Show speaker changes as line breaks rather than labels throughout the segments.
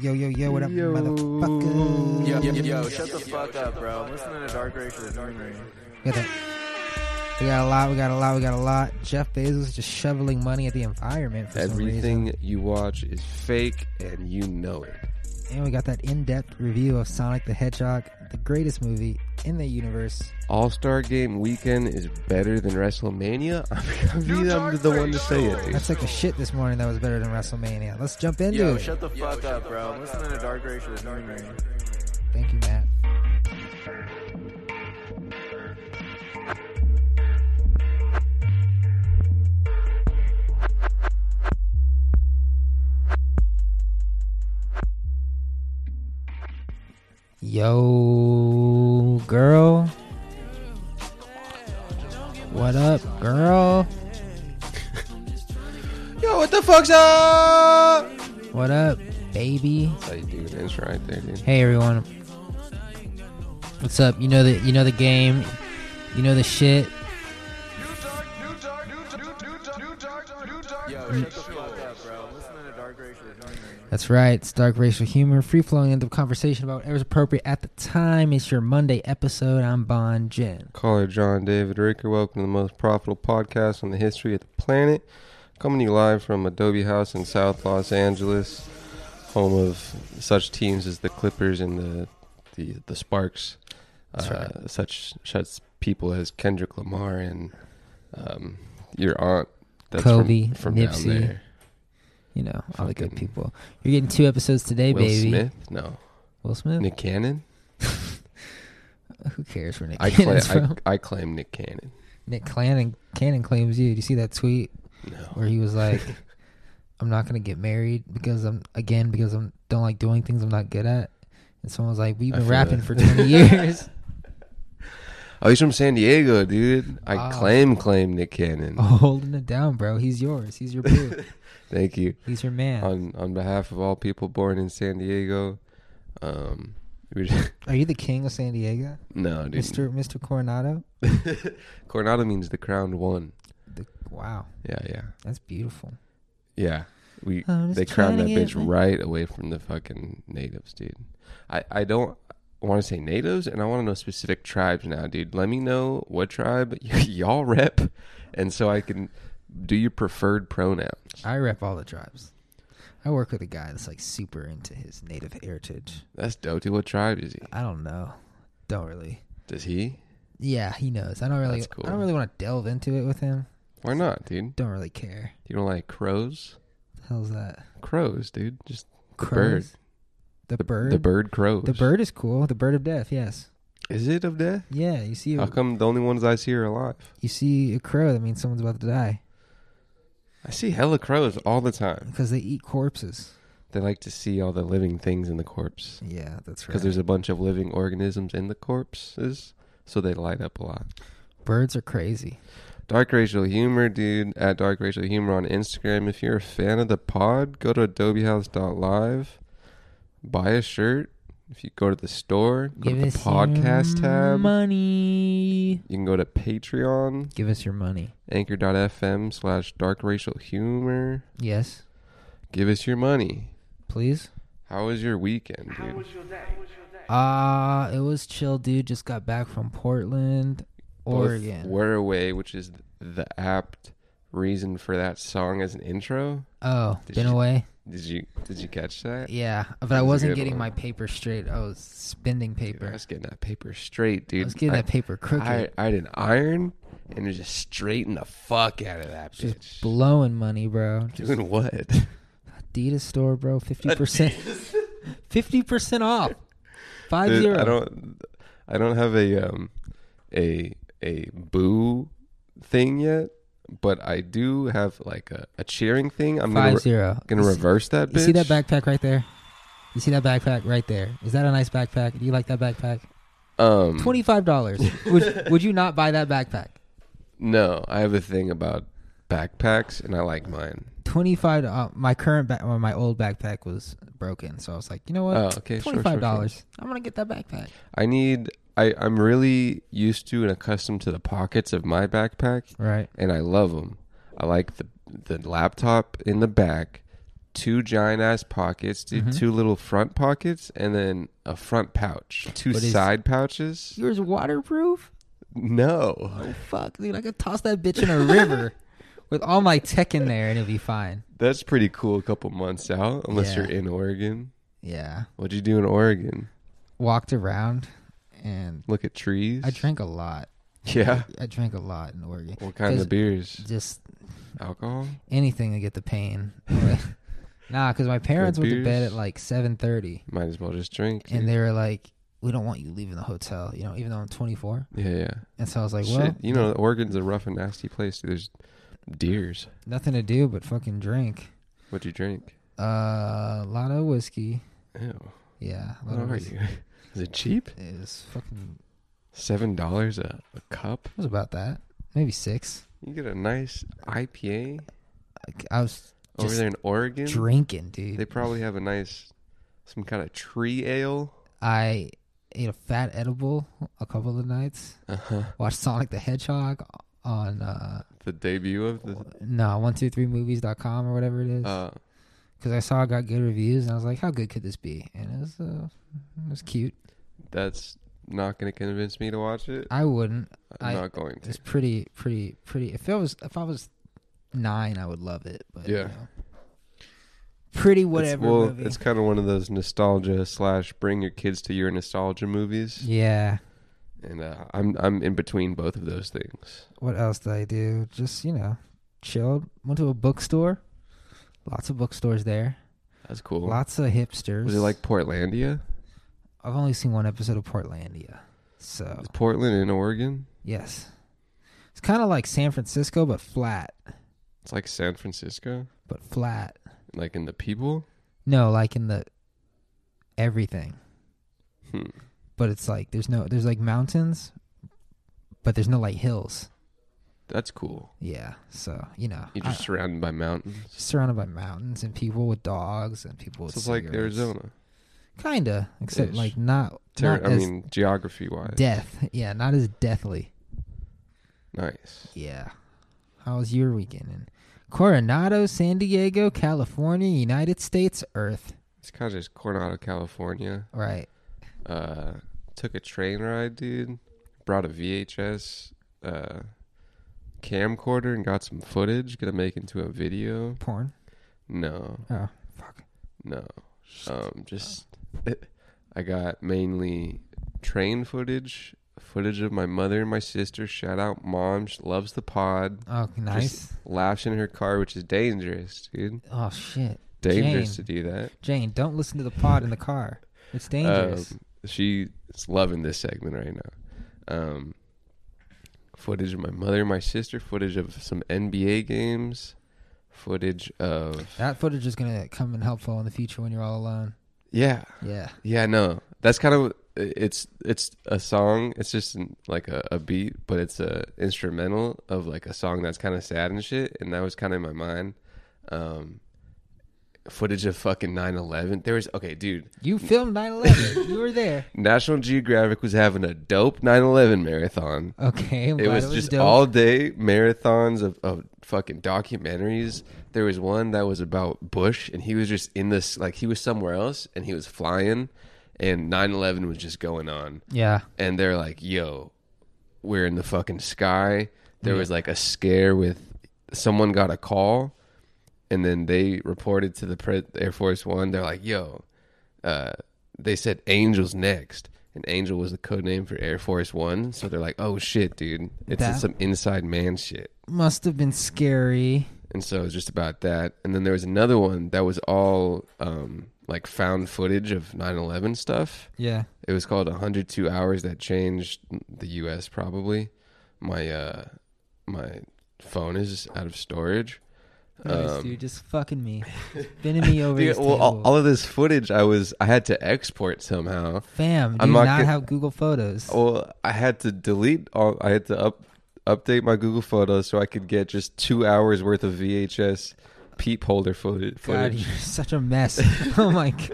Yo, yo, yo, what up, motherfucker?
Yo, yo, yo, shut the fuck up, bro. I'm listening to Dark Ray for Dark Ray.
We got, a- we got a lot, we got a lot, we got a lot. Jeff Bezos just shoveling money at the environment for some reason.
Everything you watch is fake, and you know it.
And we got that in depth review of Sonic the Hedgehog, the greatest movie in the universe.
All Star Game weekend is better than WrestleMania. I mean, I'm the one to say it. Dude.
That's like a shit this morning that was better than WrestleMania. Let's jump into
Yo,
it.
shut the fuck up, bro. I'm listening to Dark Ray for Dark Ray.
Thank you, Matt. Yo, girl. What up, girl?
Yo, what the fuck's up?
What up, baby?
That's how you do an intro right there, dude.
Hey everyone. What's up? You know the you know the game. You know the shit.
Yo, shut the fuck up, bro. I'm listening to Dark Ray for Dark Ray.
That's right. It's dark racial humor, free flowing end of conversation about whatever's appropriate at the time. It's your Monday episode. I'm Bon Jen.
Caller John David Ricker, welcome to the most profitable podcast on the history of the planet. Coming to you live from Adobe House in South Los Angeles, home of such teams as the Clippers and the the, the Sparks,
That's
uh, such such people as Kendrick Lamar and um, your aunt.
Kobe, Nipsey, You know, all the good
Fucking-
people. You're getting two episodes today,
Will
baby.
Smith? No.
Will Smith?
Nick Cannon?
Who cares where Nick
I, cla-
Cannon's from?
I, I claim Nick Cannon.
Nick Cannon, Cannon claims you. Did you see that tweet
No.
where he was like, "I'm not gonna get married because I'm again because I'm don't like doing things I'm not good at." And someone was like, "We've
I
been
feel
rapping
that.
for 20 years."
Oh, he's from San Diego, dude. I
Ah.
claim claim Nick Cannon.
Oh, holding it down, bro. He's yours. He's your boo.
Thank you.
He's your man.
On on behalf of all people born in San Diego, um, we just,
Are you the king of San Diego,
no, dude.
Mister Mister Coronado?
Coronado means the crowned one.
The, wow,
Yeah, yeah,
that's beautiful.
yeah. We
I'm just
they crowned that
Oh, trying to get
bitch
my-
right away from the fucking natives, dude. I I don't want to say natives, and I want to know specific tribes now, dude. Let me know what tribe y'all rep, and so I can do your preferred pronoun.
I rep all the tribes. I work with a guy that's like super into his native heritage.
That's dope, dude. What tribe is he?
I don't know. Don't really.
Does he?
Yeah, he knows. I don't really.
That's cool.
I don't really want to delve into it with him.
Why not, dude?
Don't really care.
You don't like crows?
The hell's that?
Crows, dude. Just the bird.
Crows? The, bird.
The bird crows.
The bird is cool. The bird of death. Yes.
Is it of death?
Yeah. You see.
How
A,
come the only ones I see are alive?
you see a crow. That means someone's about to die
I see hella crows all the time.
because they eat corpses.
They like to see all the living things in the corpse
Yeah, that's
because
right.
there's a bunch of living organisms in the corpses, so they light up a lot.
Birds are crazy.
Dark Racial Humor, dude, at Dark Racial Humor on Instagram. If you're a fan of the pod, go to adobehouse.live, buy a shirt. If you go to the store, go
Give
to
us
the podcast
your
tab.
Money.
You can go to Patreon,
Give us your money.
anchor.fm slash dark racial humor.
Yes,
Give us your money.
please.
How was your weekend, dude?
Uh it was chill, dude. Just got back from Portland,
Both
Oregon.
Were away, which is the apt reason for that song as an intro.
oh,
Did
been
you-
away.
Did you did you catch that?
Yeah, but
That
I
was a
wasn't
good
getting
one.
my paper straight. I was spending
Dude, I
paper.
was getting that paper straight, dude.
I was getting
I,
that paper crooked.
I, I had an iron and it just straightened the fuck out of that
just
bitch.
blowing money, bro.
Doing what?
Adidas store, bro. Fifty percent. Fifty percent off. Five
Dude,
zero.
I don't I don't have a um a a boo thing yet, but I do have like a, a cheering thing. I'm gonna
Five
re-
zero.
gonna
You see-
reverse that bitch.
You see that backpack right there? You see that backpack right there? Is that a nice backpack? Do you like that backpack?
Um
Twenty five dollars. would Would you not buy that backpack?
no, I have a thing about backpacks and I like mine.
Twenty five. Uh, my current back, or my old backpack was broken, so I was like, you know what?
Oh, okay, sure,
Twenty
sure,
five
sure.
dollars. I'm gonna get that backpack.
I need I, I'm really used to and accustomed to the pockets of my backpack
Right.
and I love them. I like the the laptop in the back, two giant ass pockets, dude,
Mhm.
two little front pockets, and then a front pouch, two
But is-
side pouches.
Yours waterproof?
No,
Oh fuck, dude! I could toss that bitch in a river with all my tech in there, and it'll be fine.
that's pretty cool. A couple months out, unless
Yeah.
you're in Oregon.
Yeah,
What'd you do in Oregon?
walked around, and
Look at trees.
I drank a lot.
Yeah.
I drank a lot in Oregon.
What kind
Does-
of beers?
Just
Alcohol.
anything to get the pain. nah, because my parents went to bed
beers.
at like seven thirty,
Might as well just drink.
and
dude.
they were like, "We don't want you leaving the hotel," you know, even though I'm 24.
yeah, yeah.
And so I was like,
Shit,
"Well,
you know, Oregon's a rough and nasty place. dude. There's deers.
nothing to do but fucking drink."
What'd you drink?
Uh, a lot of whiskey.
Ew.
Yeah, a lot
What
of
are
whiskey.
you? Is it cheap?
It was fucking.
Seven dollars a, a cup.
It was about that. Maybe six.
You get a nice IPA
Like, I was
over
Just
there in Oregon.
drinking, dude.
They probably have a nice, some kind of tree ale.
I ate a fat edible a couple of nights.
Uh huh.
Watched Sonic the Hedgehog on uh
The debut of the.
no one two three movies.com or whatever it is
Uh,
because I saw it got good reviews and I was like, how good could this be? And it was uh, it was cute.
that's not going to convince me to watch it.
I wouldn't.
I'm
I-
not going to.
It's pretty pretty pretty. If it was if I was nine, I would love it. But you
Yeah.
know. pretty whatever
It's, well,
movie.
it's kind of one of those nostalgia slash bring your kids to your nostalgia movies,
yeah.
and uh, I'm I'm in between both of those things.
what else did I do? Just you know, chilled. Went to a bookstore. Lots of bookstores there.
That's cool.
Lots of hipsters.
Was it like Portlandia?
I've only seen one episode of Portlandia, so
Is Portland in Oregon?
yes, it's kind of like San Francisco but flat,
It's like San Francisco,
but flat.
like in the people.
No, like in the everything,
Hmm.
but it's like there's no there's like mountains, but there's no like hills.
That's cool.
Yeah, so you know,
You're just
I-
surrounded by mountains.
surrounded by mountains and people with dogs and people. With
So it's like
cigarettes.
Arizona.
Kinda, except
Ish.
like not,
Ter-
not
I
as
mean, uh, geography wise.
death. Yeah, not as deathly.
Nice.
Yeah. How was your weekend in Coronado, San Diego, California, United States, Earth?
It's kind of just Coronado, California.
Right.
Uh, took a train ride, dude. Brought a VHS uh, camcorder and got some footage. Gonna make into a video.
Porn.
No,
Oh, fuck.
no. Um, just I got mainly train footage, footage of my mother and my sister. Shout out, mom. She loves the pod.
Oh, nice.
Laughs in her car, which is dangerous, dude.
Oh shit.
Dangerous
Jane.
to do that.
Jane, don't listen to the pod in the car. It's dangerous.
Um, she's loving this segment right now. Um, footage of my mother, and my sister, footage of some NBA games, footage of
that footage is gonna come in helpful in the future when you're all alone.
yeah,
Yeah.
yeah. No, that's kind of it's it's a song. It's just an- like a, a beat, but it's a instrumental of like a song that's kind of sad and shit. And that was kind of in my mind. Um, footage of fucking 9-11 there was okay dude
You filmed 9/11. you were there.
national geographic was having a dope 9-11 marathon
Okay. I'm
it
glad
was,
it
just
dope.
all day marathons of, of fucking documentaries. There was one that was about Bush, and he was just in this like he was somewhere else, and he was flying, and 9-11 was just going on,
Yeah.
and they're like, "Yo, we're in the fucking sky." There was like a scare with someone got a call, and then they reported to the pre- Air Force One. They're like, "Yo, uh, they said Angel's next." And Angel was the code name for Air Force One, so they're like, "Oh shit, dude, it's
That-
some inside man shit."
Must have been scary.
And so it was just about that. And then there was another one that was all um, like found footage of 9/11 stuff.
Yeah.
It was called 102 Hours that changed the U.S. Probably. My uh, my phone is out of storage.
Nice,
Um,
dude. Just fucking me. Bending me over.
Dude,
this
well, all,
table.
all of this footage, I was I had to export somehow.
Fam, do
I'm
you
not Oh,
not,
get-
have Google Photos?
Well, I had to delete all. I had to up update my Google Photos so I could get just two hours worth of VHS peep holder footage.
God,
footage.
you're such a mess. oh my god.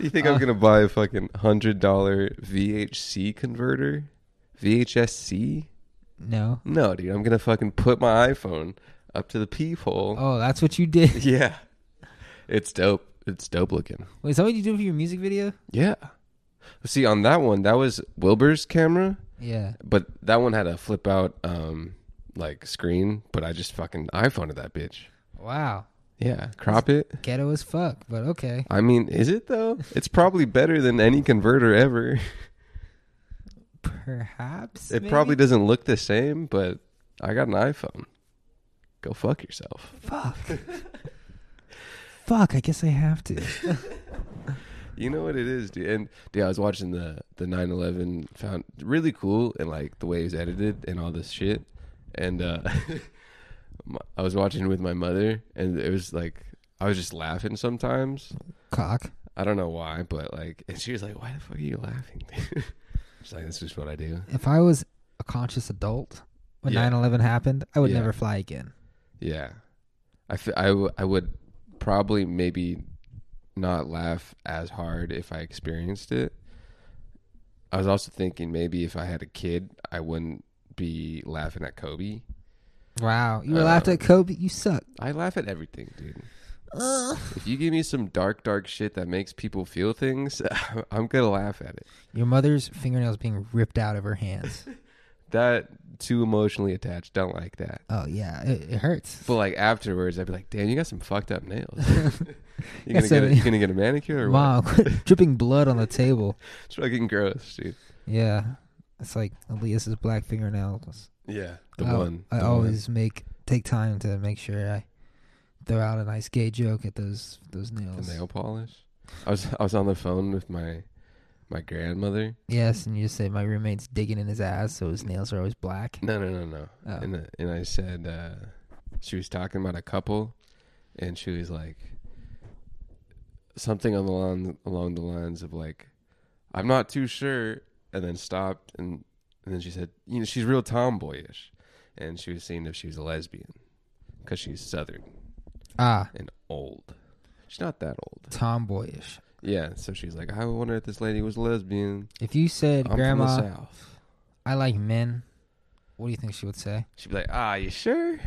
you think I'm gonna buy a fucking hundred dollar VHC converter? VHSC?
No.
No, dude, I'm gonna fucking put my iPhone up to the peephole.
Oh, that's what you did.
Yeah. It's dope. It's dope looking.
Wait, is that what you do for your music video?
Yeah. See, on that one, that was Wilbur's camera,
Yeah.
but that one had a flip out um like screen, but I just fucking iPhone that bitch.
Wow.
Yeah, crop it.
Ghetto as fuck, but okay.
I mean, is it though? It's probably better than any converter ever.
Perhaps.
It
maybe?
probably doesn't look the same, but I got an iPhone. Go fuck yourself.
Fuck. fuck. I guess I have to.
You know what it is, dude. And dude, I was watching the the 9/11 found really cool and like the way it was edited and all this shit. And uh my- I was watching with my mother and it was like I was just laughing sometimes.
Cock.
I don't know why, but like and she was like, "Why the fuck are you laughing?" dude?" She's like, "This is what I do."
If I was a conscious adult when
Yeah.
nine eleven 9/11 happened, I would
Yeah.
never fly again.
Yeah. I fe- I w- I would probably maybe not laugh as hard if I experienced it. I was also thinking maybe if I had a kid, I wouldn't be laughing at Kobe.
Wow. You were
Uh,
laughed at Kobe. You suck.
I laugh at everything, dude.
Ugh.
If you give me some dark, dark shit that makes people feel things, I'm gonna laugh at it.
Your mother's fingernails being ripped out of her hands.
That too emotionally attached. Don't like that.
oh yeah, it, it hurts.
But like afterwards, I'd be like, "Damn, you got some fucked up nails. you
Got
gonna get a,
some-
you gonna get a manicure or what?"
Mom, quit dripping blood on the table.
It's fucking gross, dude.
Yeah, it's like Elias's black fingernails.
Yeah, the
I-
one.
I
the one.
always make take time to make sure I throw out a nice gay joke at those those
the
nails.
nail polish. I was I was on the phone with my my grandmother.
Yes, and you just say my roommate's digging in his ass, so his nails are always black.
No, no, no, no.
Oh.
And and I said uh, she was talking about a couple, and she was like something on the line, along the lines of like, "I'm not too sure," and then stopped, and and then she said, "You know, she's real tomboyish," and she was seeing if she was a lesbian because she's southern
Ah,
and old. She's not that old.
tomboyish.
Yeah, so she's like, I wonder if this lady was lesbian.
If you said,
I'm from
"Grandma,
the south.
I like men," what do you think she would say?
She'd be like, Ah, you sure?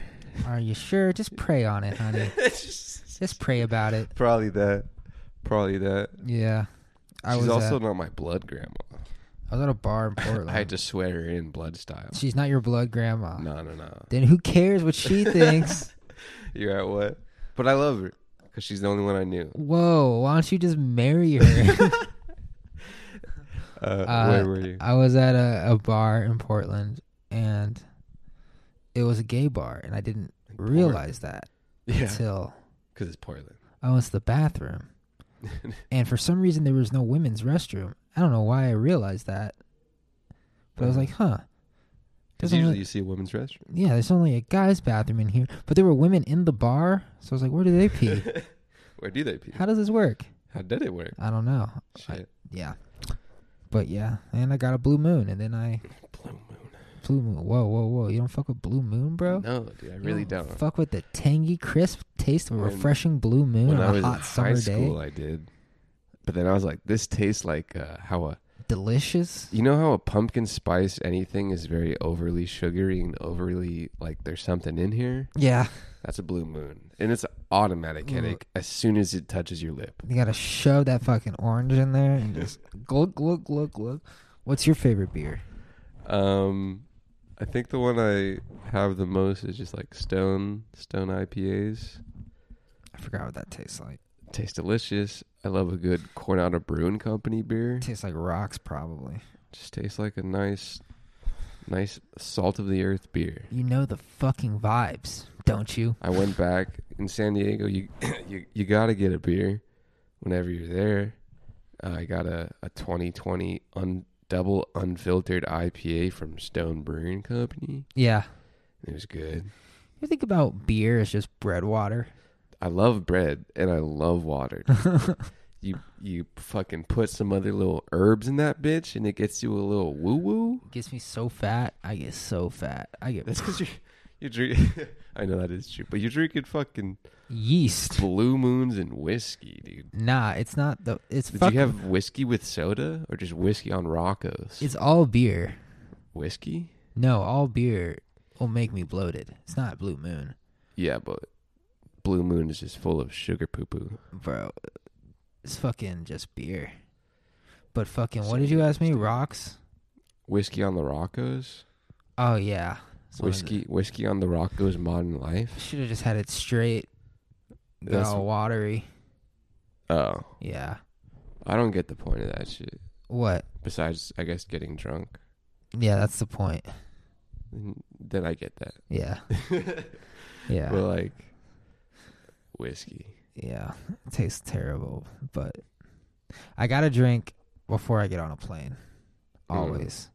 Are you sure? Just pray on it, honey. Just pray about it.
Probably that. Probably that.
Yeah. I
She's
was
also
at,
not my blood grandma.
I was at a bar in Portland.
I had to swear her in blood style.
She's not your blood grandma.
No, no, no.
Then who cares what she thinks?
You're at what? But I love her because she's the only one I knew.
Whoa, why don't you just marry her?
Uh,
Uh,
where were you?
I was at a, a bar in Portland and it was a gay bar and I didn't
Portland.
realize that
Yeah,
until
because it's Portland.
I went to the bathroom. and for some reason there was no women's restroom. I don't know why I realized that. But I was
Uh-huh.
like, huh.
Because
doesn't
usually
look-
you see a women's restroom.
yeah, there's only a guy's bathroom in here, but there were women in the bar, so I was like, where do they pee?
Where do they pee?
How does this work?
How did it work?
I don't know. I-
Shit.
yeah, but yeah, and I got a blue moon, and then I
Blue moon.
blue moon. Whoa, whoa, whoa! You don't fuck with blue moon, bro.
No, dude, I really
You
don't.
fuck with the tangy, crisp taste of a
When-
refreshing blue moon
when I
on a
was
hot
in
summer
high school,
day.
I did. But then I was like, this tastes like uh, how a
Delicious.
you know how a pumpkin spice anything is very overly sugary and overly like there's something in here.
Yeah,
That's a blue moon, and it's an automatic
Ugh.
headache as soon as it touches your lip.
you gotta shove that fucking orange in there and just glug, glug, glug, glug. What's your favorite beer?
Um, I think the one I have the most is just like Stone Stone IPAs.
I forgot what that tastes like.
Taste delicious. I love a good Coronado Brewing Company beer.
tastes like rocks, probably.
Just tastes like a nice, nice salt of the earth beer.
You know the fucking vibes, don't you?
I went back in San Diego. You you you gotta get a beer whenever you're there. Uh, I got a, a 2020 un, double unfiltered IPA from Stone Brewing Company.
Yeah.
It was good.
You think about beer as just bread water.
I love bread and I love water. you you fucking put some other little herbs in that bitch and it gets you a little woo woo.
Gets me so fat. I get so fat. I get
That's because you you drink. I know that is true, but you're drinking fucking
yeast.
blue moons and whiskey, dude.
Nah, it's not the. It's
Did
fucking.
you have whiskey with soda or just whiskey on Rocco's?
it's all beer.
whiskey?
No, all beer will make me bloated. It's not Blue Moon.
Yeah, but Blue Moon is just full of sugar poo poo.
bro. It's fucking just beer. But fucking, what
So
did you ask me?
interesting.
Rocks?
Whiskey on the Roccos.
Oh yeah, It's one of the-
Whiskey, whiskey on the Roccos. Modern life.
Should have just had it straight. Got
That's-
all watery.
Oh,
Yeah.
I don't get the point of that shit.
What?
Besides, I guess getting drunk.
Yeah, that's the point.
Then I get that.
Yeah. yeah.
But like whiskey.
yeah. It tastes terrible, but I gotta drink before I get on a plane.
Mm.
Always.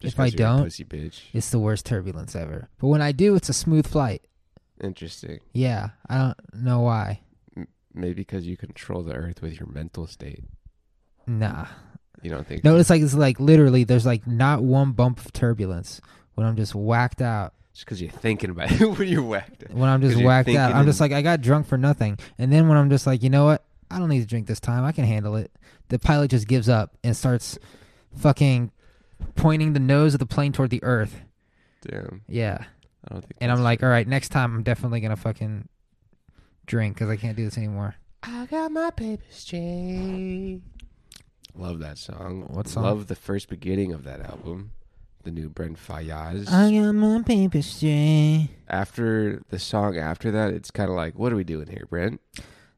Just
If I
'cause you're a
don't-
pussy bitch.
It's the worst turbulence ever. But when I do, it's a smooth flight.
Interesting.
Yeah. I don't know why.
Maybe because you control the earth with your mental state.
Nah.
You don't think?
No,
so?
it's like it's like literally there's like not one bump of turbulence when I'm just whacked out.
just because you're thinking about it when you're whacked.
when I'm
'Cause
just
you're
whacked out.
thinking
I'm just
and-
like I got drunk for nothing. And then when I'm just like, you know what? I don't need to drink this time. I can handle it. The pilot just gives up and starts fucking pointing the nose of the plane toward the earth.
Damn,
Yeah.
I don't think.
And I'm
that's-
like, all right, next time I'm definitely going to fucking drink cuz I can't do this anymore.
I got my paper straight. Love that song.
What song?
Love the first beginning of that album, the new Brent Fayez.
got my paper straight.
after the song after that, it's kind of like, what are we doing here, Brent?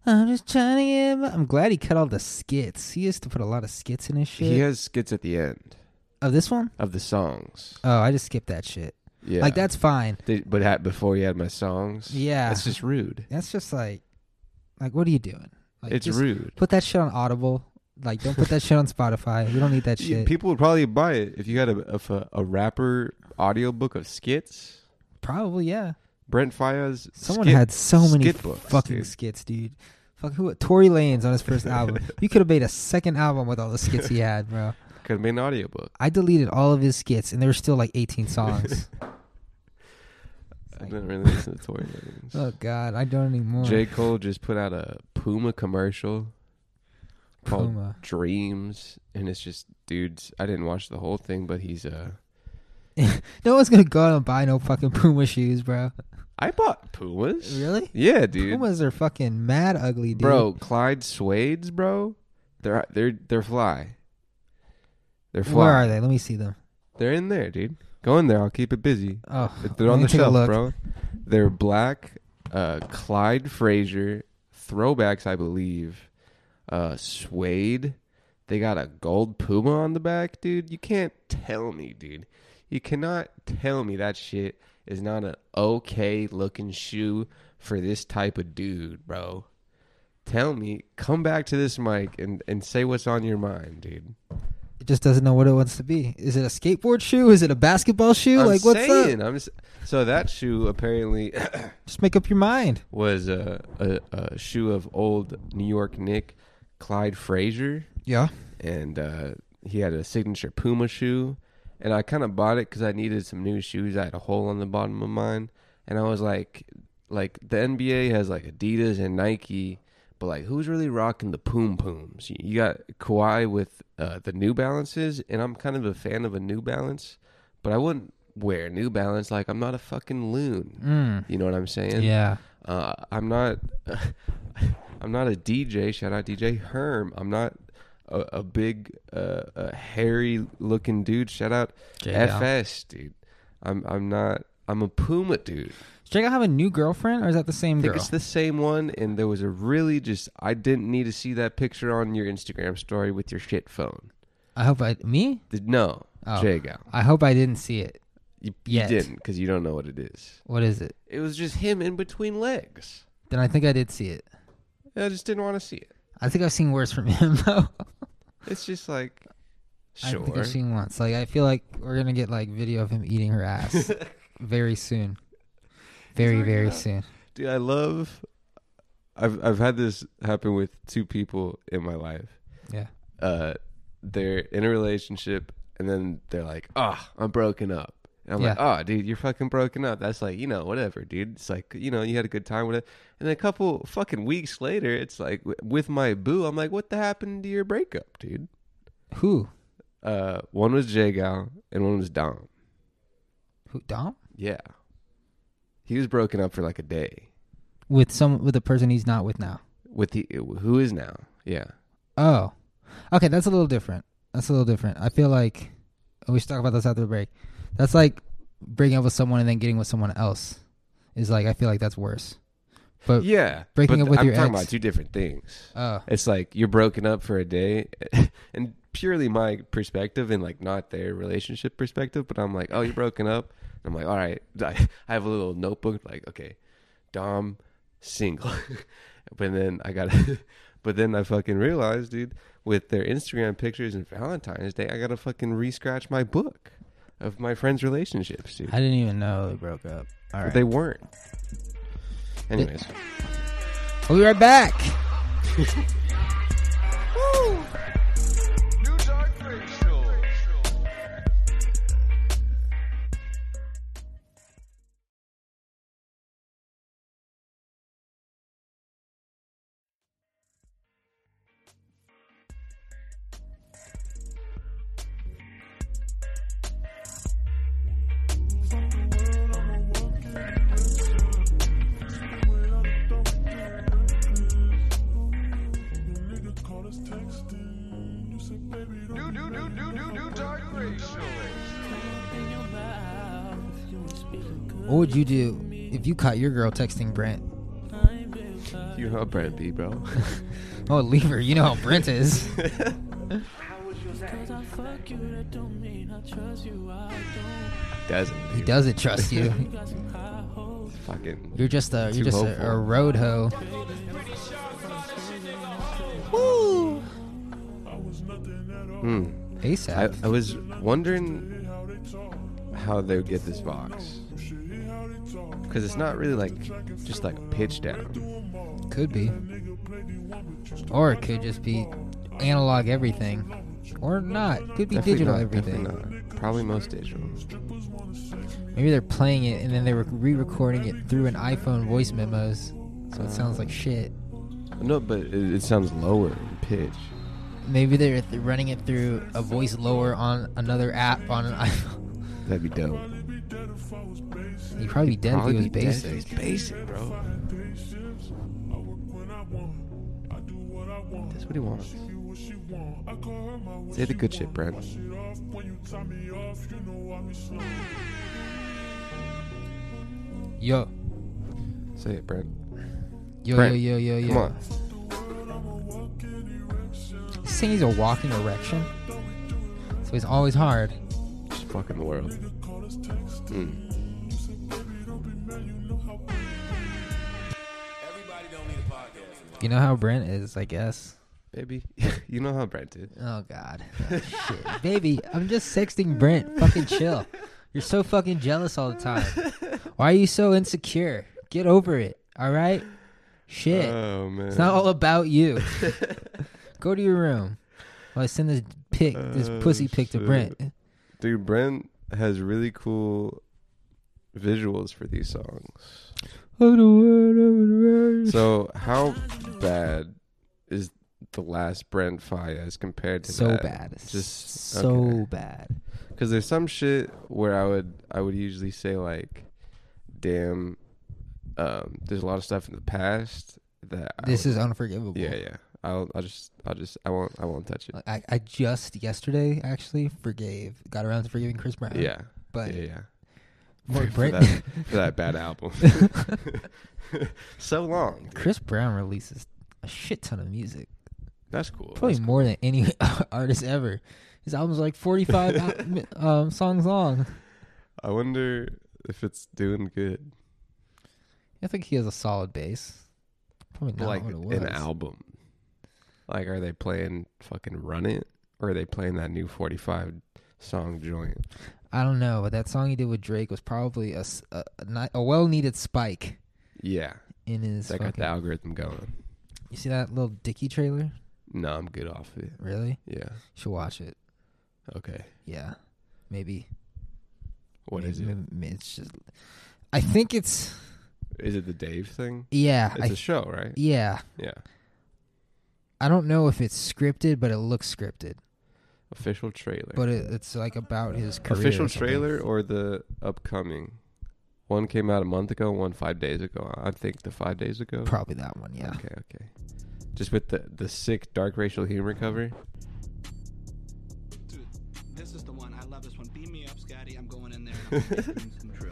I'm just trying to get my- I'm glad he cut all the skits. He used to put a lot of skits in his
He
shit.
has skits at the end
Of this one?
of the songs.
Oh, I just skipped that shit.
Yeah,
Like that's fine.
They, but ha- before he had my songs,
Yeah.
that's just rude.
That's just like, like, what are you doing? Like,
it's
just
rude.
Put that shit on Audible. Like, don't put that shit on Spotify. We don't need that
Yeah,
shit.
people would probably buy it if you had a if a, a rapper audiobook of skits.
Probably, yeah.
Brent Fayez.
Someone
skit-
had so many
skit books,
fucking
dude.
skits, dude. Fuck who? Tory Lanez on his first album. You could have made a second album with all the skits he had, bro.
could have made an audiobook.
I deleted all of his skits, and there were still like 18 songs.
I didn't really listen to Tory Lanez.
oh God, I don't anymore.
J Cole just put out a Puma commercial called
Puma.
Dreams, and it's just dudes. I didn't watch the whole thing, but he's uh
No one's gonna go out and buy no fucking Puma shoes, bro.
I bought Pumas.
Really?
Yeah, dude.
Pumas are fucking mad ugly, dude.
Bro, Clyde Swades, bro. They're they're they're fly. They're fly.
where are they? Let me see them.
They're in there, dude. Go in there. I'll keep it busy.
Oh,
They're
let
on
me
the
take a
shelf,
look.
bro. They're black. Uh, Clyde Frazier throwbacks, I believe. Uh, suede. They got a gold puma on the back, dude. You can't tell me, dude. You cannot tell me that shit is not an okay looking shoe for this type of dude, bro. Tell me, come back to this mic and, and say what's on your mind, dude.
It just doesn't know what it wants to be. Is it a skateboard shoe? Is it a basketball shoe?
I'm
like what's
saying,
up?
I'm s- so that shoe apparently
Just make up your mind.
was a, a, a shoe of old New York Nick Clyde Frazier,
Yeah.
and uh, he had a signature Puma shoe. And I kind of bought it because I needed some new shoes. I had a hole on the bottom of mine, and I was like, like the NBA has like Adidas and Nike, but like who's really rocking the Poom Pooms? You got Kawhi with uh, the New Balances, and I'm kind of a fan of a New Balance, but I wouldn't wear New Balance. Like I'm not a fucking loon.
Mm.
You know what I'm saying?
Yeah.
Uh, I'm not. I'm not a DJ. Shout out DJ Herm. I'm not a, a big, uh, a hairy looking dude. Shout out
Check it out.
FS, dude. I'm. I'm not. I'm a Puma dude.
Does Jacob have a new girlfriend, or is that the same
I think
girl?
it's the same one. And there was a really just. I didn't need to see that picture on your Instagram story with your shit phone.
I hope I me.
The- No,
Oh.
Jago.
I hope I didn't see it.
You, you
Yet.
didn't because you don't know what it is.
What is it?
It was just him in between legs.
Then I think I did see it.
I just didn't want to see it.
I think I've seen worse from him though.
It's just like.
I
Sure.
think I've seen once. Like I feel like we're gonna get like video of him eating her ass very soon. Very very soon.
Dude, I love. I've I've had this happen with two people in my life.
Yeah.
Uh, they're in a relationship, and then they're like, "Ah, I'm broken up." And I'm like, "Ah, dude, you're fucking broken up." That's like, you know, whatever, dude. It's like, you know, you had a good time with it. And then a couple fucking weeks later, it's like w- with my boo, I'm like, "What the happened to your breakup, dude?"
Who?
Uh, one was Jago and one was Dom.
Who? Dom?
Yeah, he was broken up for like a day.
with some with a person he's not with now.
with the who is now. Yeah.
Oh, okay, that's a little different. That's a little different. I feel like and we should talk about this after the break. That's like breaking up with someone and then getting with someone else. Is like I feel like that's worse. But
Yeah.
Uh, breaking
but
up with
I'm
your
talking
ex-
about two different things.
oh,
It's like you're broken up for a day, and purely my perspective and like not their relationship perspective, but I'm like, oh, you're broken up. And I'm like, all right. I I have a little notebook, like, okay, Dom single. but then I got, but then I fucking realized, dude, with their Instagram pictures and Valentine's Day, I gotta fucking re scratch my book of my friends' relationships, dude.
I didn't even know they broke up. All
But
right,
they weren't. Anyways,
we'll be right back.
New Dark Break Show. New, new, new, new, new, new Dark Break Show.
What would you do if you caught your girl texting Brent?
you know how Brent be, bro.
Oh, leave her. You know how Brent is.
Cause I fuck you, that don't mean I trust you. I don't
Doesn't
He doesn't trust you.
got some high hopes.
fucking
You're just a
Too
you're just
hopeful.
a, a road hoe.
Mm. I,
ASAP.
I was wondering how they would get this box because it's not really like just like a pitch down.
could be, or it could just be analog everything, or not. Could be
Definitely
digital
not,
everything.
definitely not. Probably most digital.
Maybe they're playing it and then they were re-recording it through an iPhone voice memos, so it sounds like shit.
No, but it, it sounds lower in pitch.
Maybe they're th- running it through a voice lower on another app on an iPhone.
That'd be dope.
He'd probably be dead if he was
be dead if
basic.
It's basic, bro. That's what he wants. Say the good shit, Brent.
Yo,
Say it, Brent.
yo,
Brent,
yo, yo, yo, yo.
Come on.
He's saying he's a walking erection, so he's always hard.
Just fucking the world. Mm.
You know how Brent is, I guess.
Baby, you know how Brent is.
Oh God, Oh, shit, baby, I'm just sexting Brent. Fucking chill. You're so fucking jealous all the time. Why are you so insecure? Get over it. All right. Shit.
Oh man.
it's not all about you. Go to your room. While I send this pic, this
Oh,
pussy pic to
shit.
Brent.
Dude, Brent has really cool visuals for these songs. So how bad is the last Brent fight as compared to
so
that?
bad. Just
Just-
so
okay.
bad.
Because there's some shit where I would I would usually say like, damn, um, there's a lot of stuff in the past that I
This
would-
is unforgivable.
yeah yeah. I'll I'll just I'll just I won't I won't touch it.
Like, I, I just yesterday actually forgave, got around to forgiving Chris Brown.
yeah.
But
yeah, yeah.
for
For- for
uh, Brent,
that- for that bad album. so long. dude.
Chris Brown releases a shit ton of music,
That's cool.
probably
Oh, That's
more than any artist ever. His album's like 45 al- mi- um, songs long.
I wonder if it's doing good.
I think he has a solid base. Probably not
like
what it was.
an album. Like, are they playing fucking Run It? Or are they playing that new 45 song joint?
I don't know, but that song he did with Drake was probably a, s- a- a ni- a well-needed spike
Yeah.
in his.
That got the
fucking-
algorithm going.
You see that little Dicky trailer?
No, I'm good off of it.
Really?
Yeah.
You should watch it.
Okay.
Yeah, maybe.
What
maybe,
is it?
maybe it's just. I think it's
Is it the Dave thing?
yeah.
It's
I
a show, right?
yeah.
Yeah.
I don't know if it's scripted, but it looks scripted.
Official trailer.
But it, it's like about his career.
Official
or something.
trailer or the upcoming? One came out a month ago, one five days ago. I think the five days ago.
Probably that one, yeah.
Okay, okay. Just with the the sick dark racial humor cover.
Dude, this is the one. I love this one. Beam me up, Scotty. I'm going in there. And I'm gonna make dreams come true.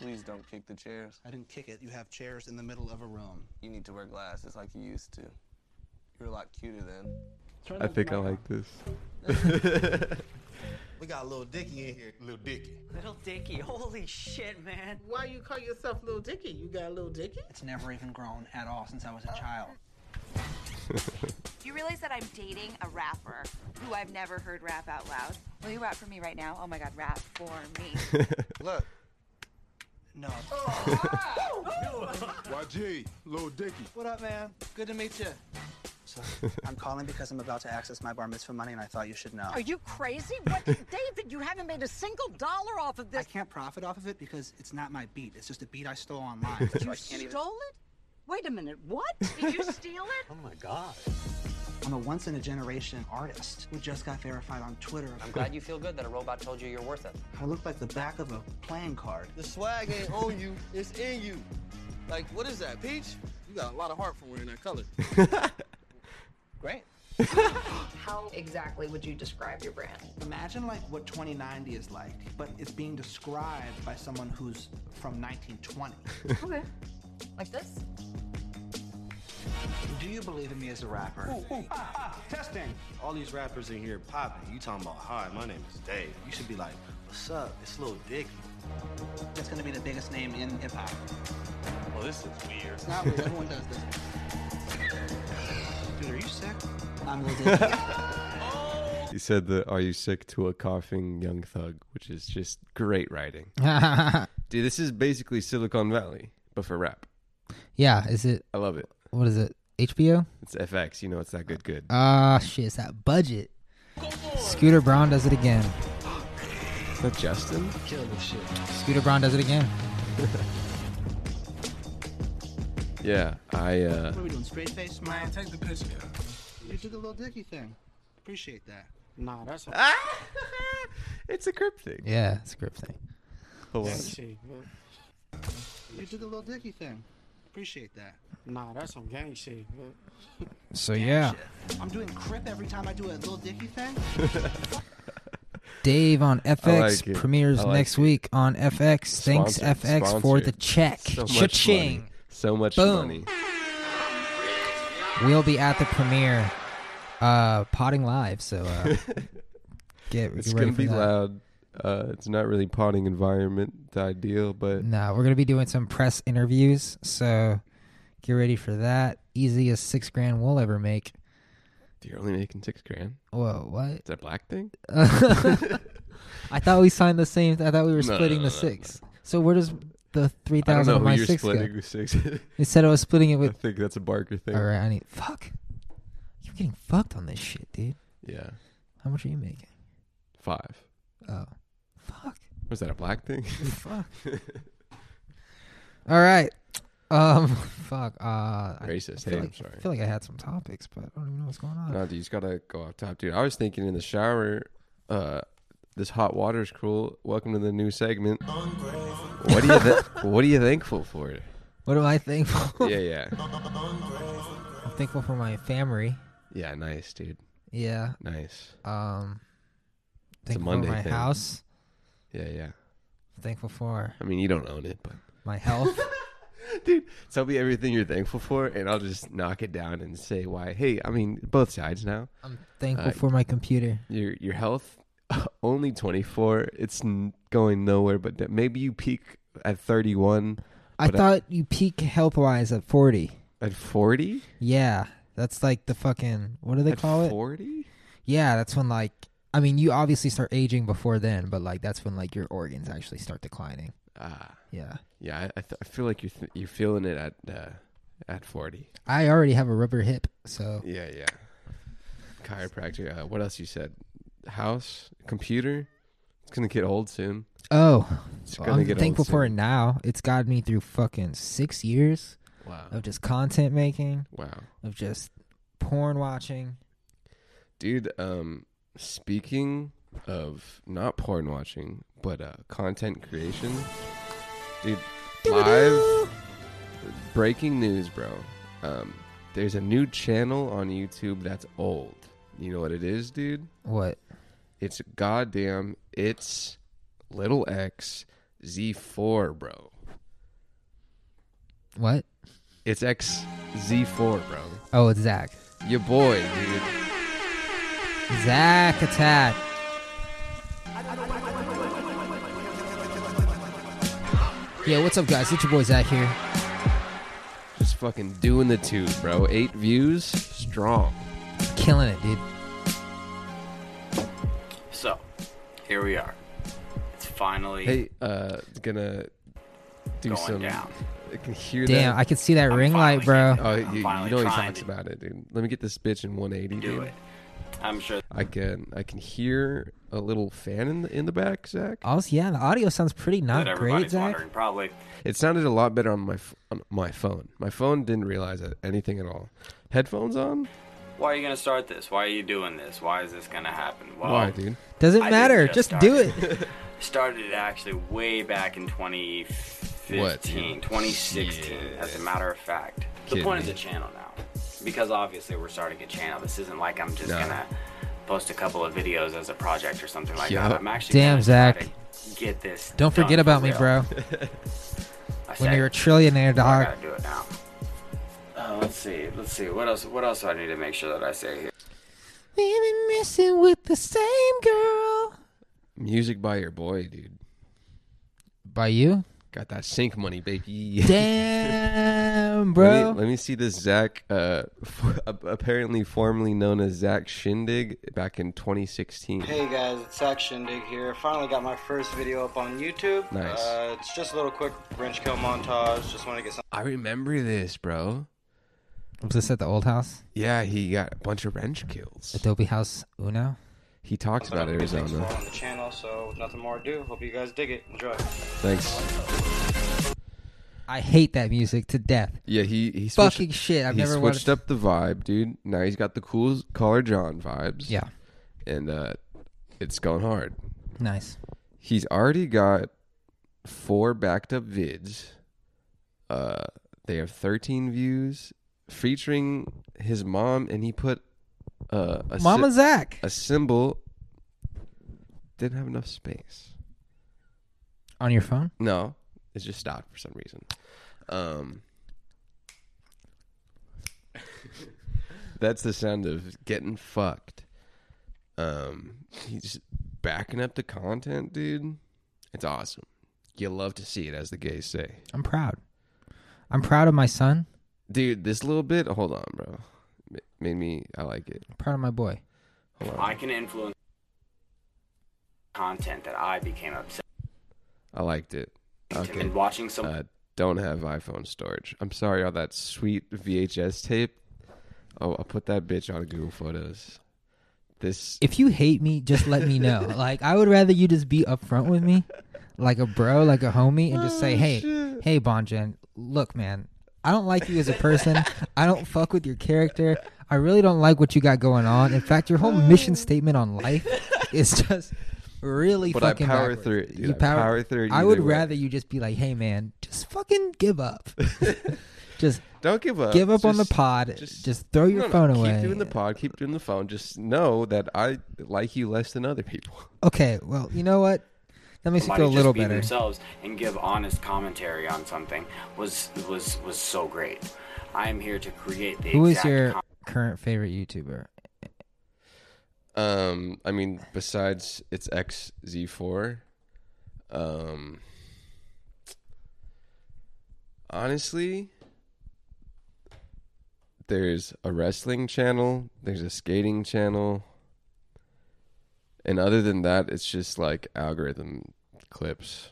Please don't kick the chairs.
I didn't kick it. You have chairs in the middle of a room.
You need to wear glasses like you used to. You were a lot cuter then.
I think I like this.
We got a little dicky in here. Little dicky.
Little Dicky, holy shit, man.
Why you call yourself Little Dicky? You got Little Dicky?
It's never even grown at all since I was a child.
Do you realize that I'm dating a rapper who I've never heard rap out loud? Will you rap for me right now? Oh my god, rap for me.
Look,
No.
YG, Lil Dicky.
What up, man? Good to meet you. So, I'm calling because I'm about to access my bar mitzvah money, and I thought you should know.
Are you crazy? What, David? You haven't made a single dollar off of
I
this.
can't profit off of it because it's not my beat. It's just a beat I stole online. So I can't even.
Stole it? Wait a minute. What? Did you steal it?
I'm a once in a generation artist who just got verified on Twitter.
I'm glad you feel good that a robot told you you're worth it.
I look like the back of a playing card.
the swag ain't on you, it's in you. Like, what is that, Peach? You got a lot of heart for wearing that color.
Great.
How exactly would you describe your brand?
Imagine like what 2090 is like, but it's being described by someone who's from 1920.
Okay. Like this?
Do you believe in me as a rapper?
Testing. All these rappers in here popping. You talking about, hi, my name is Dave. You should be like, what's up? It's Lil Dicky.
That's gonna be the biggest name in hip hop.
well, this is weird.
It's not weird. Everyone does this. Dude, are you sick? I'm Lil Dicky.
He said the "Are you sick?" to a coughing young thug, which is just great writing. Dude, this is basically Silicon Valley, but for rap.
yeah, is it
I love it.
what is it? HBO?
It's FX. You know, it's that good. Good.
Ah, shit, it's that budget. Scooter Braun does it again.
Is that Justin?
Kill this shit.
Scooter Braun does it again.
Yeah, I. uh
What are we doing? Straight face smile?
Take the picture.
You do the Lil Dicky thing. Appreciate that.
Nah, that's a
Ah!
It's a crypt thing.
Yeah, script thing.
Hold on.
shit.
You do the Lil Dicky thing. Appreciate that.
Nah, that's some gang shit.
So yeah,
I'm doing crip every time I do a Lil Dicky thing.
Dave on FX
like it.
premieres
I like
next week on FX. Thanks
Sponsored,
FX for
sponsored.
the check.
So much money.
Cha-ching.
So much
Boom.
money.
We'll be at the premiere, uh, potting live. So uh, get,
It's
get ready
gonna
for
be
that.
loud. Uh, it's not really potting environment the ideal, but
No, we're gonna be doing some press interviews, so get ready for that. Easiest six grand we'll ever make.
you're only making six grand.
Whoa, what?
Is that a black thing?
I thought we signed the same. I thought we were
No,
splitting
no, no,
the six. So where does the three
I don't
thousand
know
of
who
my
you're
six go?
splitting with six. I
They said I was splitting it with.
think that's a Barker thing.
All right, I need fuck. You're getting fucked on this shit, dude.
Yeah,
How much are you making?
five.
Oh, fuck,
Was that a black thing?
fuck. All right, um, fuck. Uh,
Racist.
I
Hey,
feel,
I'm
like,
sorry.
I feel like I had some topics, but I don't even know what's going on.
No, dude, you just gotta go off top, dude. I was thinking in the shower, uh, this hot water's cool. Welcome to the new segment. What do you th- What are you thankful for?
What am I thankful?
Yeah, yeah,
I'm thankful for my family.
yeah. Nice, dude.
Yeah.
Nice.
Um.
a
Thankful
Monday
for my
thing.
house.
Yeah, yeah.
Thankful for
I mean, you don't own it, but
my health.
dude, tell me everything you're thankful for, and I'll just knock it down and say why. Hey, I mean, both sides now.
I'm thankful
Uh,
for my computer.
Your your health, only 24. It's n- going nowhere, but th- maybe you peak at 31.
I
but I-
thought you peak health wise at 40.
At 40?
Yeah, that's like the fucking what do they
at
call it?
40?
Yeah, that's when like I mean you obviously start aging before then, but like that's when like your organs actually start declining.
Ah,
Yeah,
yeah. I, I, th- I feel like you're th- you're feeling it at uh, at 40.
I already have a rubber hip, so
Yeah, yeah. Chiropractor. Uh, what else you said? House, computer. It's gonna get old soon.
oh,
It's
well,
gonna
I'm
get
thankful
old
for it
soon.
now. It's gotten me through fucking six years
Wow.
of just content making,
Wow.
of just porn watching.
Dude, um, speaking of not porn watching, but uh, content creation, dude, live breaking news, bro. Um, there's a new channel on YouTube that's old. You know what it is, dude?
What?
It's goddamn. It's little X Z4, bro.
What?
It's X Z4, bro.
Oh, it's Zach.
Your boy, dude.
Zach attack. Yeah, what's up, guys? It's your boy Zach here.
Just fucking doing the two, bro. Eight views, strong.
Killing it, dude.
So, here we are. It's finally.
Hey, uh, it's gonna do
Going
some.
down.
I can hear
Damn,
that.
I could see that ring light, bro.
Oh, you, you
finally
know he
trying
talks about it, dude. Let me get this bitch in 180.
Do
dude.
it. I'm sure.
I can. I can hear a little fan in the in the back, Zach.
Also, yeah, the audio sounds pretty
that
not Ah, great,
everybody's
Zach.
wondering, probably.
It sounded a lot better on my f- on my phone. My phone didn't realize that anything at all. Headphones on?
Why are you gonna start this? Why are you doing this? Why is this gonna happen? Well,
Why, dude?
Doesn't
I didn't
matter. Just,
just
do
start.
it.
started it actually way back in 2015,
What?
2016, as a matter of fact.
Kidding
the point
me.
of the channel now, because obviously we're starting a channel. This isn't like I'm just
No.
gonna post a couple of videos as a project or something like
Yeah.
that. I'm actually
Damn,
gonna
Zach.
try to Get this.
Don't
done
forget
for
about me,
real.
bro.
I
when
said-
you're a trillionaire,
I
dog.
gotta do it now. Uh, let's see. Let's see. What else? What else do I need to make sure that I say here?
We've been missing with the same girl.
Music by your boy, dude.
By you?
Got that sync money, baby.
Damn,
Let me-
bro.
Let me, see this Zach, uh, f- apparently formerly known as Zach Shindig, back in 2016.
Hey guys, it's Zach Shindig here. Finally got my first video up on YouTube.
Nice.
Uh, it's just a little quick wrench kill montage. Just want to get some.
I remember this, bro.
Was this at the old house?
Yeah, he got a bunch of wrench kills.
Adobe House Uno?
He talks about Arizona.
on the channel. So with nothing more ado, hope you guys dig it. Enjoy.
Thanks.
I hate that music to death.
Yeah, he he switched,
Fucking shit, I've
he
never
switched
wanted-
up the vibe, dude. Now he's got the cool collar John vibes.
Yeah.
and uh, it's going hard.
Nice.
He's already got four backed up vids. Uh, they have 13 views featuring his mom, and he put uh, a
Mama Zach.
a symbol. Didn't have enough space.
On your phone?
No, it just stopped for some reason. Um, that's the sound of getting fucked. Um, he's backing up the content, dude. It's awesome. You love to see it, as the gays say,
I'm proud. I'm proud of my son.
dude. This little bit, hold on, bro, Ma- made me. I like it.
Proud of my boy.
Hold on,
I can influence content that I became obsessed.
I liked it. Okay,
And watching some-
Uh, don't have iPhone storage. I'm sorry, all that sweet VHS tape. Oh, I'll put that bitch on Google Photos. This
If you hate me, just let me know. like I would rather you just be upfront with me, like a bro, like a homie, and just say,
Oh,
"Hey, hey, Bonjan, look, man, I don't like you as a person. I don't fuck with your character. I really don't like what you got going on. In fact, your whole mission statement on life is just really
But I
fucking
power
backwards.
through it, dude. I power through it
I would
either way.
rather you just be like, "Hey, man, just fucking give up. just
Don't give up.
Give up on the
Just-
pod. Just, throw your
No, no,
phone
keep
away.
Keep doing the pod. Keep doing the phone. Just know that I like you less than other people.
Okay, well, you know what? That makes me
Somebody
feel a
just
little
be
better.
Themselves and give honest commentary on something was was was so great. I am here to create the
Who is
exact
your current favorite YouTuber?
Um, I mean, besides it's XZ4. Um, honestly, there's a wrestling channel. There's a skating channel. And other than that, it's just like algorithm clips.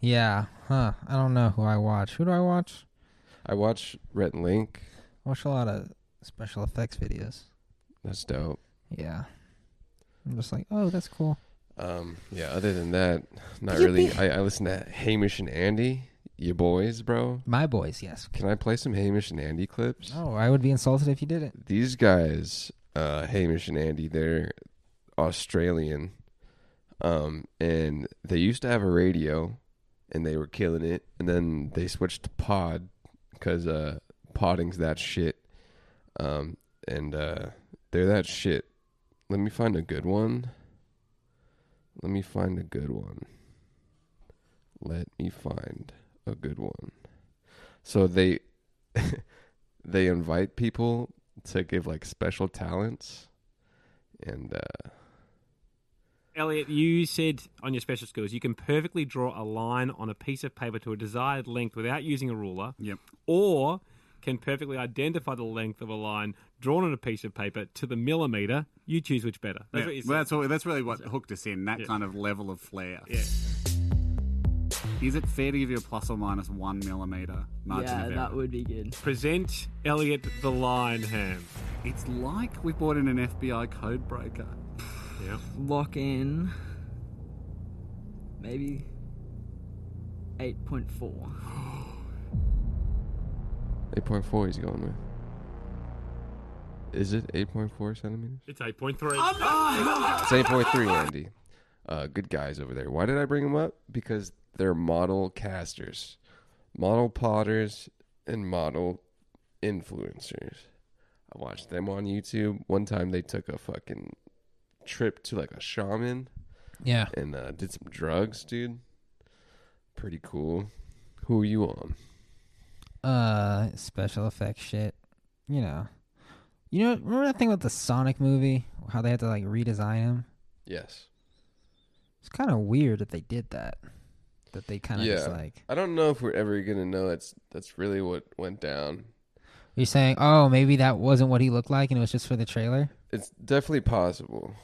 Yeah, huh? I don't know who I watch. Who do I watch?
I watch Rhett and Link.
I watch a lot of special effects videos.
That's dope.
Yeah, I'm just like, oh, that's cool.
Um, yeah, other than that, not
But you
really.
be-
I, I listen to Hamish and Andy, your boys, bro.
My boys, yes.
Can I play some Hamish and Andy clips?
Oh, I would be insulted if you did it.
These guys, uh, Hamish and Andy, they're Australian. Um, and they used to have a radio, and they were killing it. And then they switched to pod because uh, podding's that shit. Um, and uh, they're that shit. Let me find a good one. Let me find a good one. Let me find a good one. So they they invite people to give like special talents, and uh,
Elliot, you said on your special skills you can perfectly draw a line on a piece of paper to a desired length without using a ruler.
Yep.
Or can perfectly identify the length of a line drawn on a piece of paper to the millimeter. You choose which better. That's
Yeah.
what you said.
well, that's, what, that's really what hooked us in, that
Yeah.
kind of level of flair.
Yeah.
Is it fair to give you a plus or minus one millimeter margin
Yeah,
of error?
that would be good.
Present Elliot the line ham.
It's like we brought in an FBI code breaker.
Yeah.
Lock in. Maybe. 8.4.
eight point four. He's going with. Is it eight point four centimeters?
It's 8.3.
It's eight point three, Andy. Uh, good guys over there. Why did I bring them up? Because they're model casters, model potters, and model influencers. I watched them on YouTube. One time they took a fucking trip to like a shaman.
Yeah.
And uh, did some drugs, dude. Pretty cool. Who are you on?
Uh, special effects shit. You know. You know, remember that thing with the Sonic movie? How they had to like redesign him?
Yes.
It's kind of weird that they did that. That they kind of
yeah.
just like.
I don't know if we're ever gonna know. That's that's really what went down.
You're saying, oh, maybe that wasn't what he looked like and it was just for the trailer?
It's definitely possible.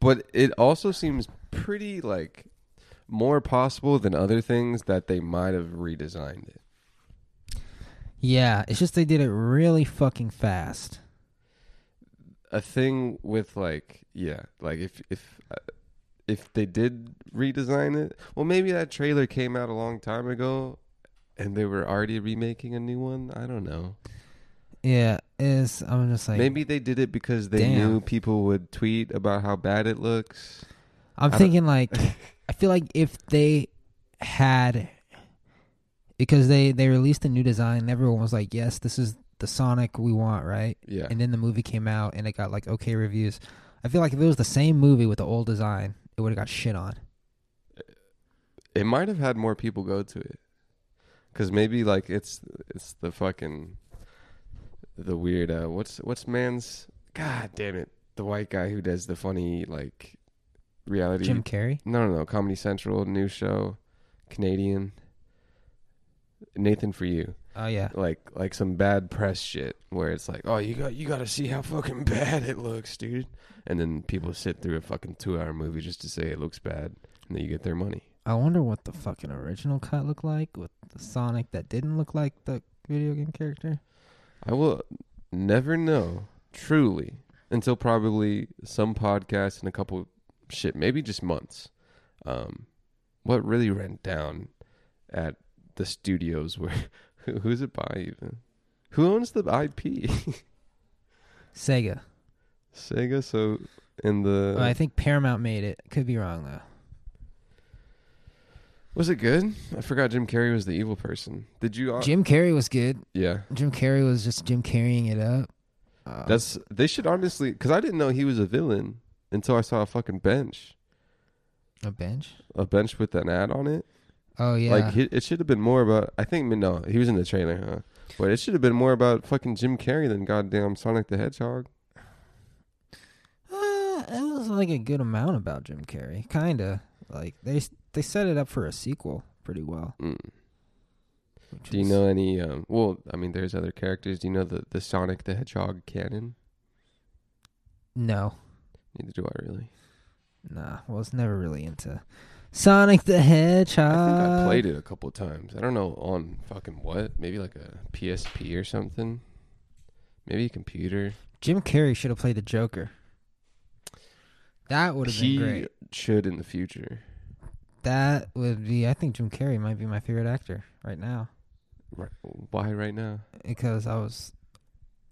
But it also seems pretty like more possible than other things that they might have redesigned it.
Yeah, it's just they did it really fucking fast.
A thing with like yeah, like if if uh, if they did redesign it, well maybe that trailer came out a long time ago and they were already remaking a new one. I don't know.
Yeah, is I'm just like
Maybe they did it because they
Damn.
knew people would tweet about how bad it looks. I
I'm
don't-
thinking like I feel like if they had because they they released a new design and everyone was like, "Yes, this is the Sonic we want," right?
Yeah.
And then the movie came out and it got like okay reviews. I feel like if it was the same movie with the old design, it would have got shit on.
it might have had more people go to it because maybe like it's it's the fucking the weird uh what's what's man's god damn it the white guy who does the funny like reality
Jim Carrey?
no no no comedy central new show canadian nathan for you
Oh, yeah.
like like some bad press shit where it's like oh you got you got to see how fucking bad it looks dude and then people sit through a fucking two hour movie just to say it looks bad and then you get their money
I wonder what the fucking original cut looked like with the Sonic that didn't look like the video game character.
I will never know truly until probably some podcast in a couple shit, maybe just months. Um, what really went down at the studios where who, who's it by even? Who owns the IP?
Sega.
Sega. So in the
I think Paramount made it. Could be wrong though.
was it good? I forgot Jim Carrey was the evil person. Did you? uh,
Jim Carrey was good.
Yeah.
Jim Carrey was just Jim carrying it up. um, Oh.
That's they should honestly because I didn't know he was a villain until I saw a fucking bench.
A bench?
a bench with an ad on it.
Oh, yeah.
like he, it should have been more about. I think no, he was in the trailer, huh? But it should have been more about fucking Jim Carrey than goddamn Sonic the Hedgehog.
Uh, it was like a good amount about Jim Carrey, kinda. Like they s- they set it up for a sequel pretty well.
Mm. Do you know any? Um, well, I mean, there's other characters. Do you know the the Sonic the Hedgehog canon?
No,
Neither do I really.
nah, was never really into Sonic the Hedgehog.
I think I played it a couple times. I don't know on fucking what. Maybe like a PSP or something. Maybe a computer.
Jim Carrey should have played the Joker. That would have
He
been great.
should in the future.
That would be. I think Jim Carrey might be my favorite actor right now
Right. Why right now?
because I was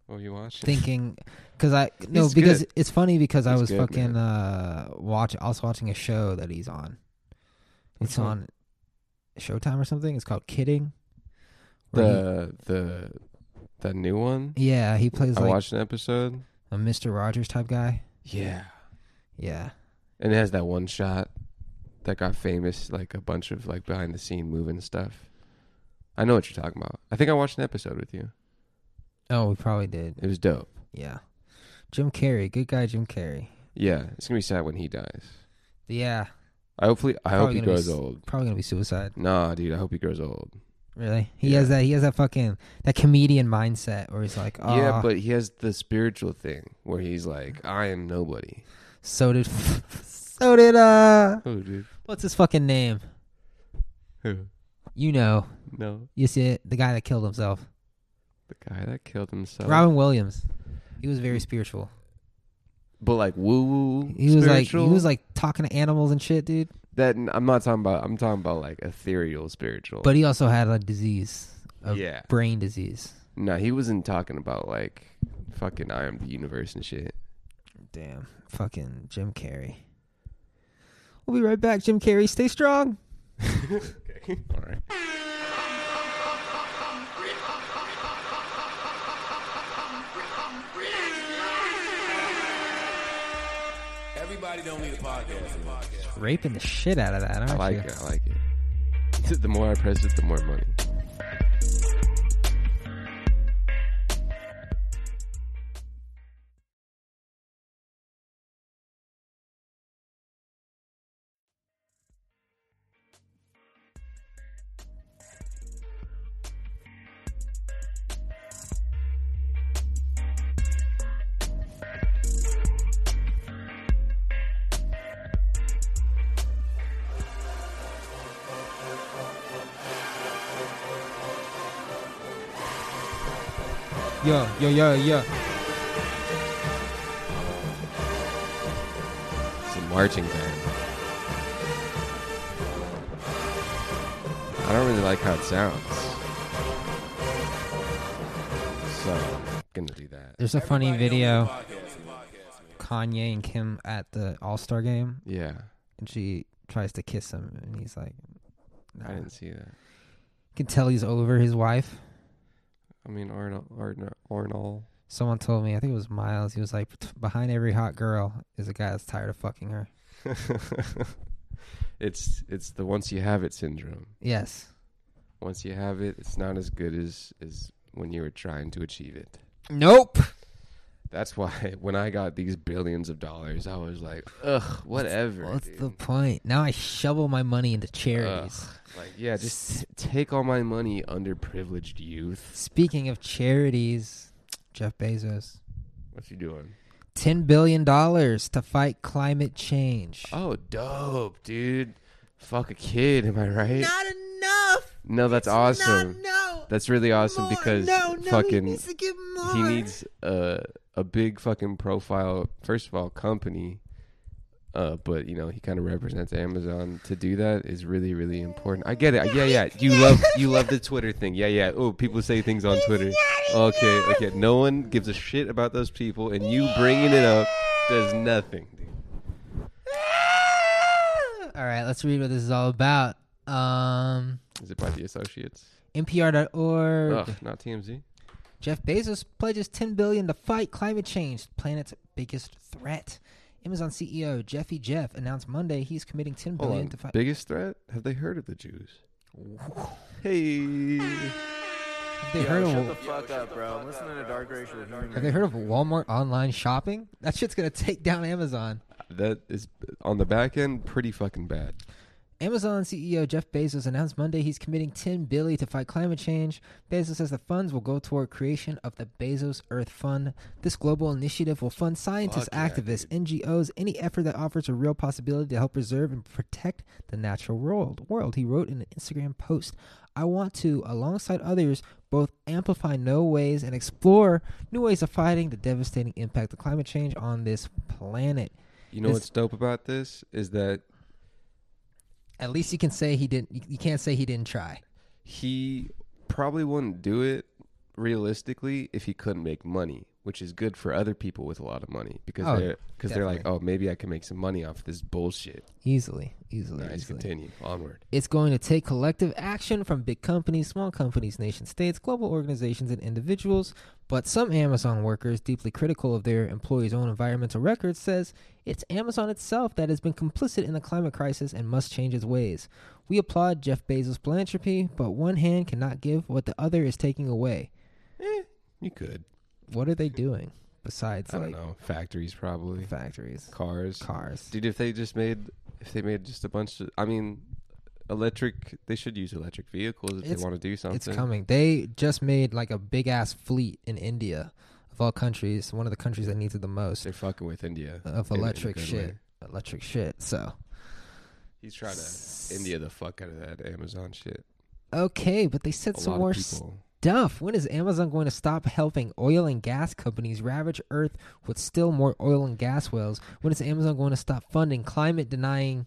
Oh, you watching?
thinking because I no
He's
because
good.
it's funny because I
He's
was
good,
fucking uh watch I was watching a show that he's on.
Which
It's
one?
on Showtime or something. It's called Kidding. where
The the that new one.
he- yeah, he plays
I
like
watched an episode.
a Mister Rogers type guy.
Yeah.
Yeah.
And it has that one shot that got famous, like a bunch of like behind the scene moving stuff. I know what you're talking about. I think I watched an episode with you.
Oh, we probably did.
It was dope.
Yeah. Jim Carrey, good guy, Jim Carrey.
Yeah, it's gonna be sad when he dies.
Yeah,
I hopefully I hope
Probably
he
gonna be
grows
s-
old.
probably gonna be suicide.
Nah, dude, I hope he grows old.
Really, he has that. He has that fucking that comedian mindset where he's like, oh,
yeah, but he has the spiritual thing where he's like, I am nobody.
so did, so did uh,
Oh, dude.
what's his fucking name?
Who?
You know,
No.
you see it, the guy that killed himself,
The guy that killed himself.
Robin Williams. He was very spiritual.
But like woo woo.
He was like he was like talking to animals and shit, dude.
that. I'm not talking about. I'm talking about like ethereal spiritual.
But he also had a disease, a
Yeah.
brain disease.
no, he wasn't talking about like fucking I am the universe and shit.
Damn, fucking Jim Carrey. We'll be right back, Jim Carrey. Stay strong.
okay. All right.
Everybody don't need a podcast.
Raping the shit out of that, aren't
I like
you?
it. I like it. The more I press it, the more money.
Yo, yo, yo, yo.
Some marching band. I don't really like how it sounds. So I'm gonna do that.
There's a funny video. Kanye and Kim at the All Star game.
Yeah.
And she tries to kiss him, and he's like, nah.
I didn't see that.
can tell he's over his wife.
I mean, Arnold, Arnold, Arnold.
Someone told me, I think it was Miles. He was like, behind every hot girl is a guy that's tired of fucking her.
it's it's the once you have it syndrome.
Yes.
Once you have it, it's not as good as as when you were trying to achieve it.
Nope.
That's why when I got these billions of dollars, I was like, ugh, whatever.
What's
dude.
the point? Now I shovel my money into charities.
Like, yeah, just t- take all my money, underprivileged youth.
Speaking of charities, Jeff Bezos,
What's he doing?
ten billion dollars to fight climate change.
Oh, dope, dude. Fuck a kid, am I right?
Not enough.
No, that's awesome.
no.
that's really awesome because
No, no, he
fucking
needs to give
he
more.
needs a a big fucking profile. First of all, company. Uh, but you know he kind of represents Amazon. To do that is really, really important. I get it. Yeah, yeah. You love you love the Twitter thing. Yeah, yeah. Oh, people say things on Twitter. Okay, okay. No one gives a shit about those people, and you bringing it up does nothing.
All right, let's read what this is all about. Um,
Is it by the associates?
NPR.org.
Ugh, not TMZ.
Jeff Bezos pledges 10 billion to fight climate change, the planet's biggest threat. Amazon CEO Jeffy Jeff announced Monday he's committing 10
Hold
billion
on.
to fight.
Biggest threat? Have they heard of the Jews? Hey.
Have they
Yo,
heard
shut the
of
fuck up, bro. I'm listening to Dark Racial Humor.
Have they heard of Walmart online shopping? That shit's gonna take down Amazon.
That is on the back end pretty fucking bad.
Amazon CEO Jeff Bezos announced Monday he's committing 10 billion to fight climate change. Bezos says the funds will go toward creation of the Bezos Earth Fund. This global initiative will fund scientists,
Fuck yeah,
activists, NGOs, any effort that offers a real possibility to help preserve and protect the natural world. World, he wrote in an Instagram post. I want to, alongside others, both amplify no ways and explore new ways of fighting the devastating impact of climate change on this planet.
You know
This-
what's dope about this is that
At least you can say he didn't. You, you can't say he didn't try.
he probably wouldn't do it realistically if he couldn't make money, which is good for other people with a lot of money because
Oh,
they're because they're like, oh,
definitely.
maybe I can make some money off this bullshit.
Easily, easily,
Nice.
easily.
Continue onward.
It's going to take collective action from big companies, small companies, nation states, global organizations, and individuals. But some Amazon workers, deeply critical of their employees' own environmental records, says it's Amazon itself that has been complicit in the climate crisis and must change its ways. We applaud Jeff Bezos' philanthropy, but one hand cannot give what the other is taking away.
You could.
What are they doing besides
I don't
like
know. Factories probably.
Factories.
Cars.
Cars.
Dude, if they just made if they made just a bunch of I mean electric they should use electric vehicles if they want to do something.
It's coming. They just made like a big ass fleet in India of all countries, one of the countries that needs it the most. They're
fucking with India
of
in a- in a
electric
good
shit.
way.
Electric shit. So
He's trying to India the fuck out of that Amazon shit.
okay, but they said
A
some
lot of
more
people-
stuff. When is Amazon going to stop helping oil and gas companies ravage Earth with still more oil and gas wells? When is Amazon going to stop funding climate denying?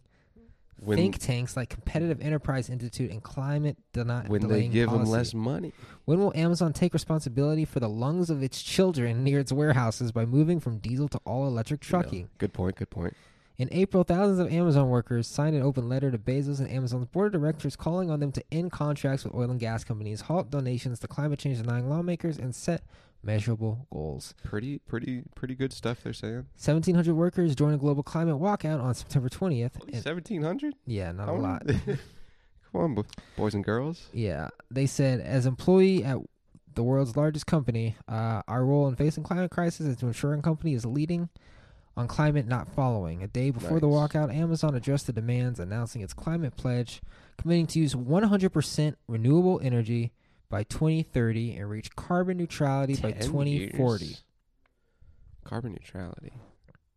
When-
think tanks like Competitive Enterprise Institute and climate deni-
When they
delaying
give 'em
policy.
less money.
When will Amazon take responsibility for the lungs of its children near its warehouses by moving from diesel to all electric trucking?
Good point, good point.
In April, thousands of Amazon workers signed an open letter to Bezos and Amazon's board of directors calling on them to end contracts with oil and gas companies, halt donations to climate change denying lawmakers, and set measurable goals.
Pretty pretty pretty good stuff they're saying.
1,700 workers joined a global climate walkout on September 20th. and-
Seventeen hundred?
yeah, not a
I
lot.
wonder- Come on, bo- boys and girls.
Yeah, they said as employee at the world's largest company, uh, our role in facing climate crisis is to ensure a company is leading on climate, not following. A day before the walkout, Amazon addressed the demands, announcing its climate pledge, committing to use 100% renewable energy by 2030 and reach carbon neutrality by
10
2040.
years. Carbon neutrality.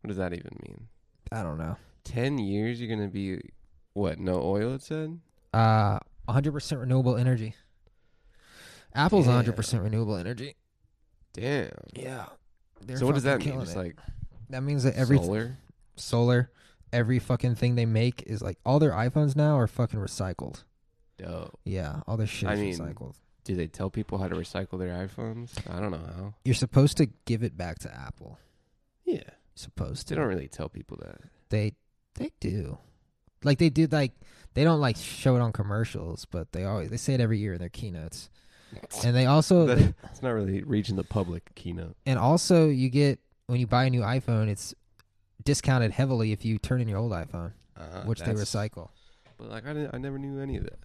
What does that even mean?
I don't know.
Ten years, you're gonna be what? No oil? It said.
Uh, 100% renewable energy. Apple's
Yeah.
100% renewable energy.
Damn.
Yeah.
so what does that
fucking killing
mean? Just
it.
like
that means that every
solar?
solar, every fucking thing they make is like all their iPhones now are fucking recycled.
Dope.
Yeah, all their shit
I
is
mean,
recycled.
do they tell people how to recycle their iPhones? I don't know how.
You're supposed to give it back to Apple.
Yeah.
Supposed
They
to.
don't really tell people that.
They they do. Like they do like they don't like show it on commercials, but they always they say it every year in their keynotes. And Oh, they also
That- it's not really reaching the public keynote.
and also you get when you buy a new iPhone, it's discounted heavily if you turn in your old iPhone,
Uh,
Uh-huh, which they
that's-
recycle.
But like I, didn't, I never knew any of that.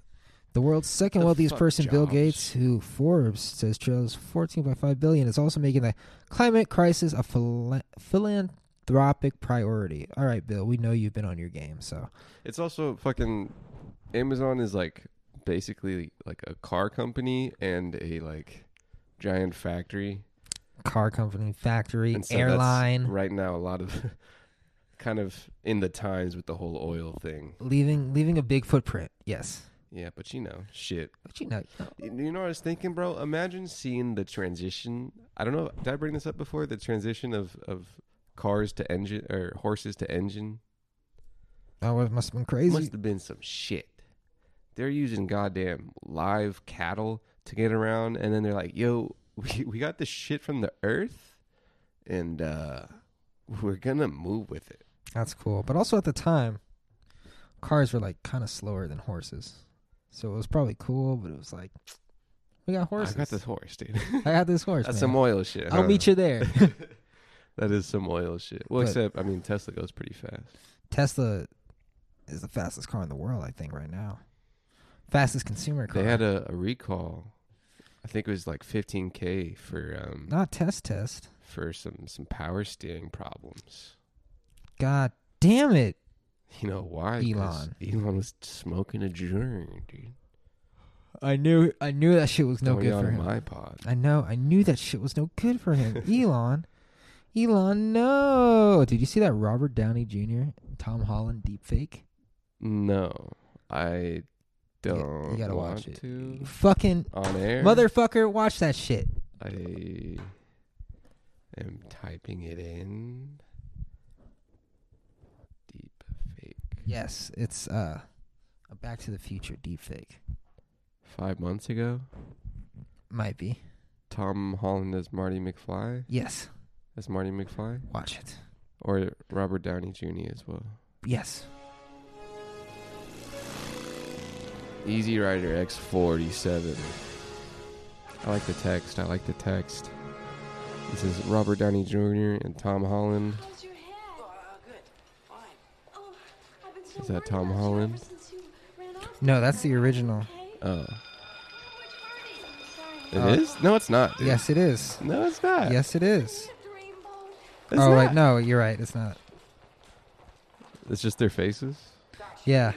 The world's second
The
wealthiest
fuck
person, Bill
jobs?
Gates, who Forbes says trails 14.5 billion, is also making the climate crisis a phila- philanthropic priority. All right, Bill, we know you've been on your game, so
It's also fucking Amazon is like basically like a car company and a like giant factory
car company, factory,
And so that's
airline,
right now a lot of kind of in the times with the whole oil thing.
leaving leaving a big footprint. Yes,
Yeah, but you know, shit.
But you know,
you know what I was thinking, bro? Imagine seeing the transition. I don't know. Did I bring this up before? The transition of of cars to engine or horses to engine
that was, oh, must have been crazy.
must have been some shit. They're using goddamn live cattle to get around, and then they're like, "Yo, we we got this shit from the earth, and uh we're gonna move with it."
That's cool, but also at the time, cars were like kind of slower than horses, so it was probably cool, but it was like we got horses.
I got this horse, dude.
I got this horse.
That's
man.
some oil shit.
I'll
huh?
meet you there.
that is some oil shit. Well,
But-
except I mean, Tesla goes pretty fast.
Tesla is the fastest car in the world, I think, right now. Fastest consumer car.
They had a, a recall. I think it was like 15k for um
Not test test.
for some some power steering problems.
God damn it.
You know why? 'Cause
Elon.
Elon was smoking a joint, dude.
I knew I knew that shit was no
Don't
good
yawn
for
on
him.
my pod.
I know. I knew that shit was no good for him. Elon. Elon, no. Did you see that Robert Downey Jr. Tom Holland deepfake?
No, I
You
don't.
got- you gotta
want
watch it.
To.
You fucking
on air,
motherfucker, watch that shit.
I am typing it in. Deep fake.
Yes, it's uh a Back to the Future deepfake.
Five months ago.
Might be.
Tom Holland as Marty McFly?
Yes.
As Marty McFly?
Watch it.
Or Robert Downey Jr. as well.
Yes.
Easy Rider X47. I like the text. I like the text. This is Robert Downey Jr. and Tom Holland. Is that Tom Holland?
No, that's the original.
Oh. It
Uh,
is? No, it's not. dude.
Yes, it is.
No, it's not.
Yes, it is.
It's
oh, wait,
not.
no, you're right. It's not.
It's just their faces?
Yeah.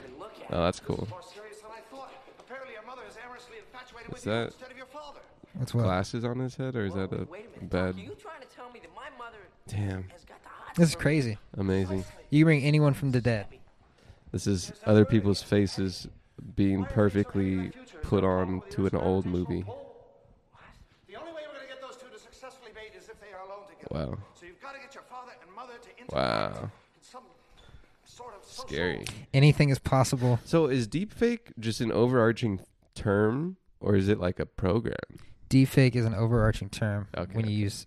Oh, that's cool. Is that
That's what-
glasses on his head, or is that a bed? Damn.
This is crazy.
Amazing.
You can bring anyone from the dead.
This is other people's faces being perfectly put on to an old movie. Wow. Wow. Scary.
Anything is possible.
So is deepfake just an overarching term, or is it like a program?
Defake is an overarching term when you use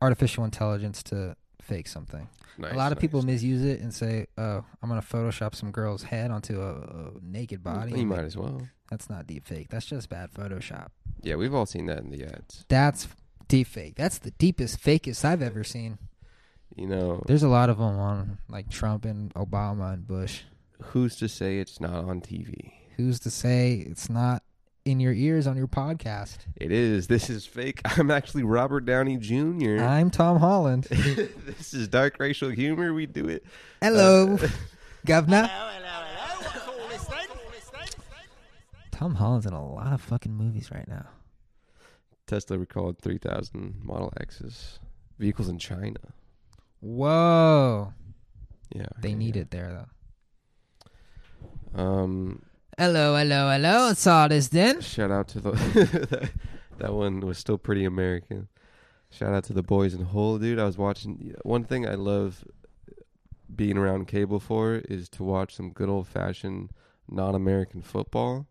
artificial intelligence to fake something.
Nice,
a lot of
nice,
people misuse it and say, "Oh, I'm gonna Photoshop some girl's head onto a, a naked body."
You
and
Mm, might
make-
as well.
That's not deep fake. That's just bad Photoshop.
Yeah, we've all seen that in the ads.
That's deep fake. That's the deepest, fakest I've ever seen.
You know,
There's a lot of them on like Trump and Obama and Bush.
who's to say it's not on TV?
Who's to say it's not in your ears on your podcast?
It is. This is fake. I'm actually Robert Downey Jr.
I'm Tom Holland.
this is dark racial humor. We do it.
Hello, governor. Tom Holland's in a lot of fucking movies right now.
Tesla recalled 3,000 Model X's vehicles in China.
Whoa.
Yeah,
They need it there though.
Um,
Hello, hello, hello. It's all this then.
shout out to the that one was still pretty American. Shout out to the boys in Hole, dude. I was watching one thing I love being around cable for is to watch some good old fashioned non American football.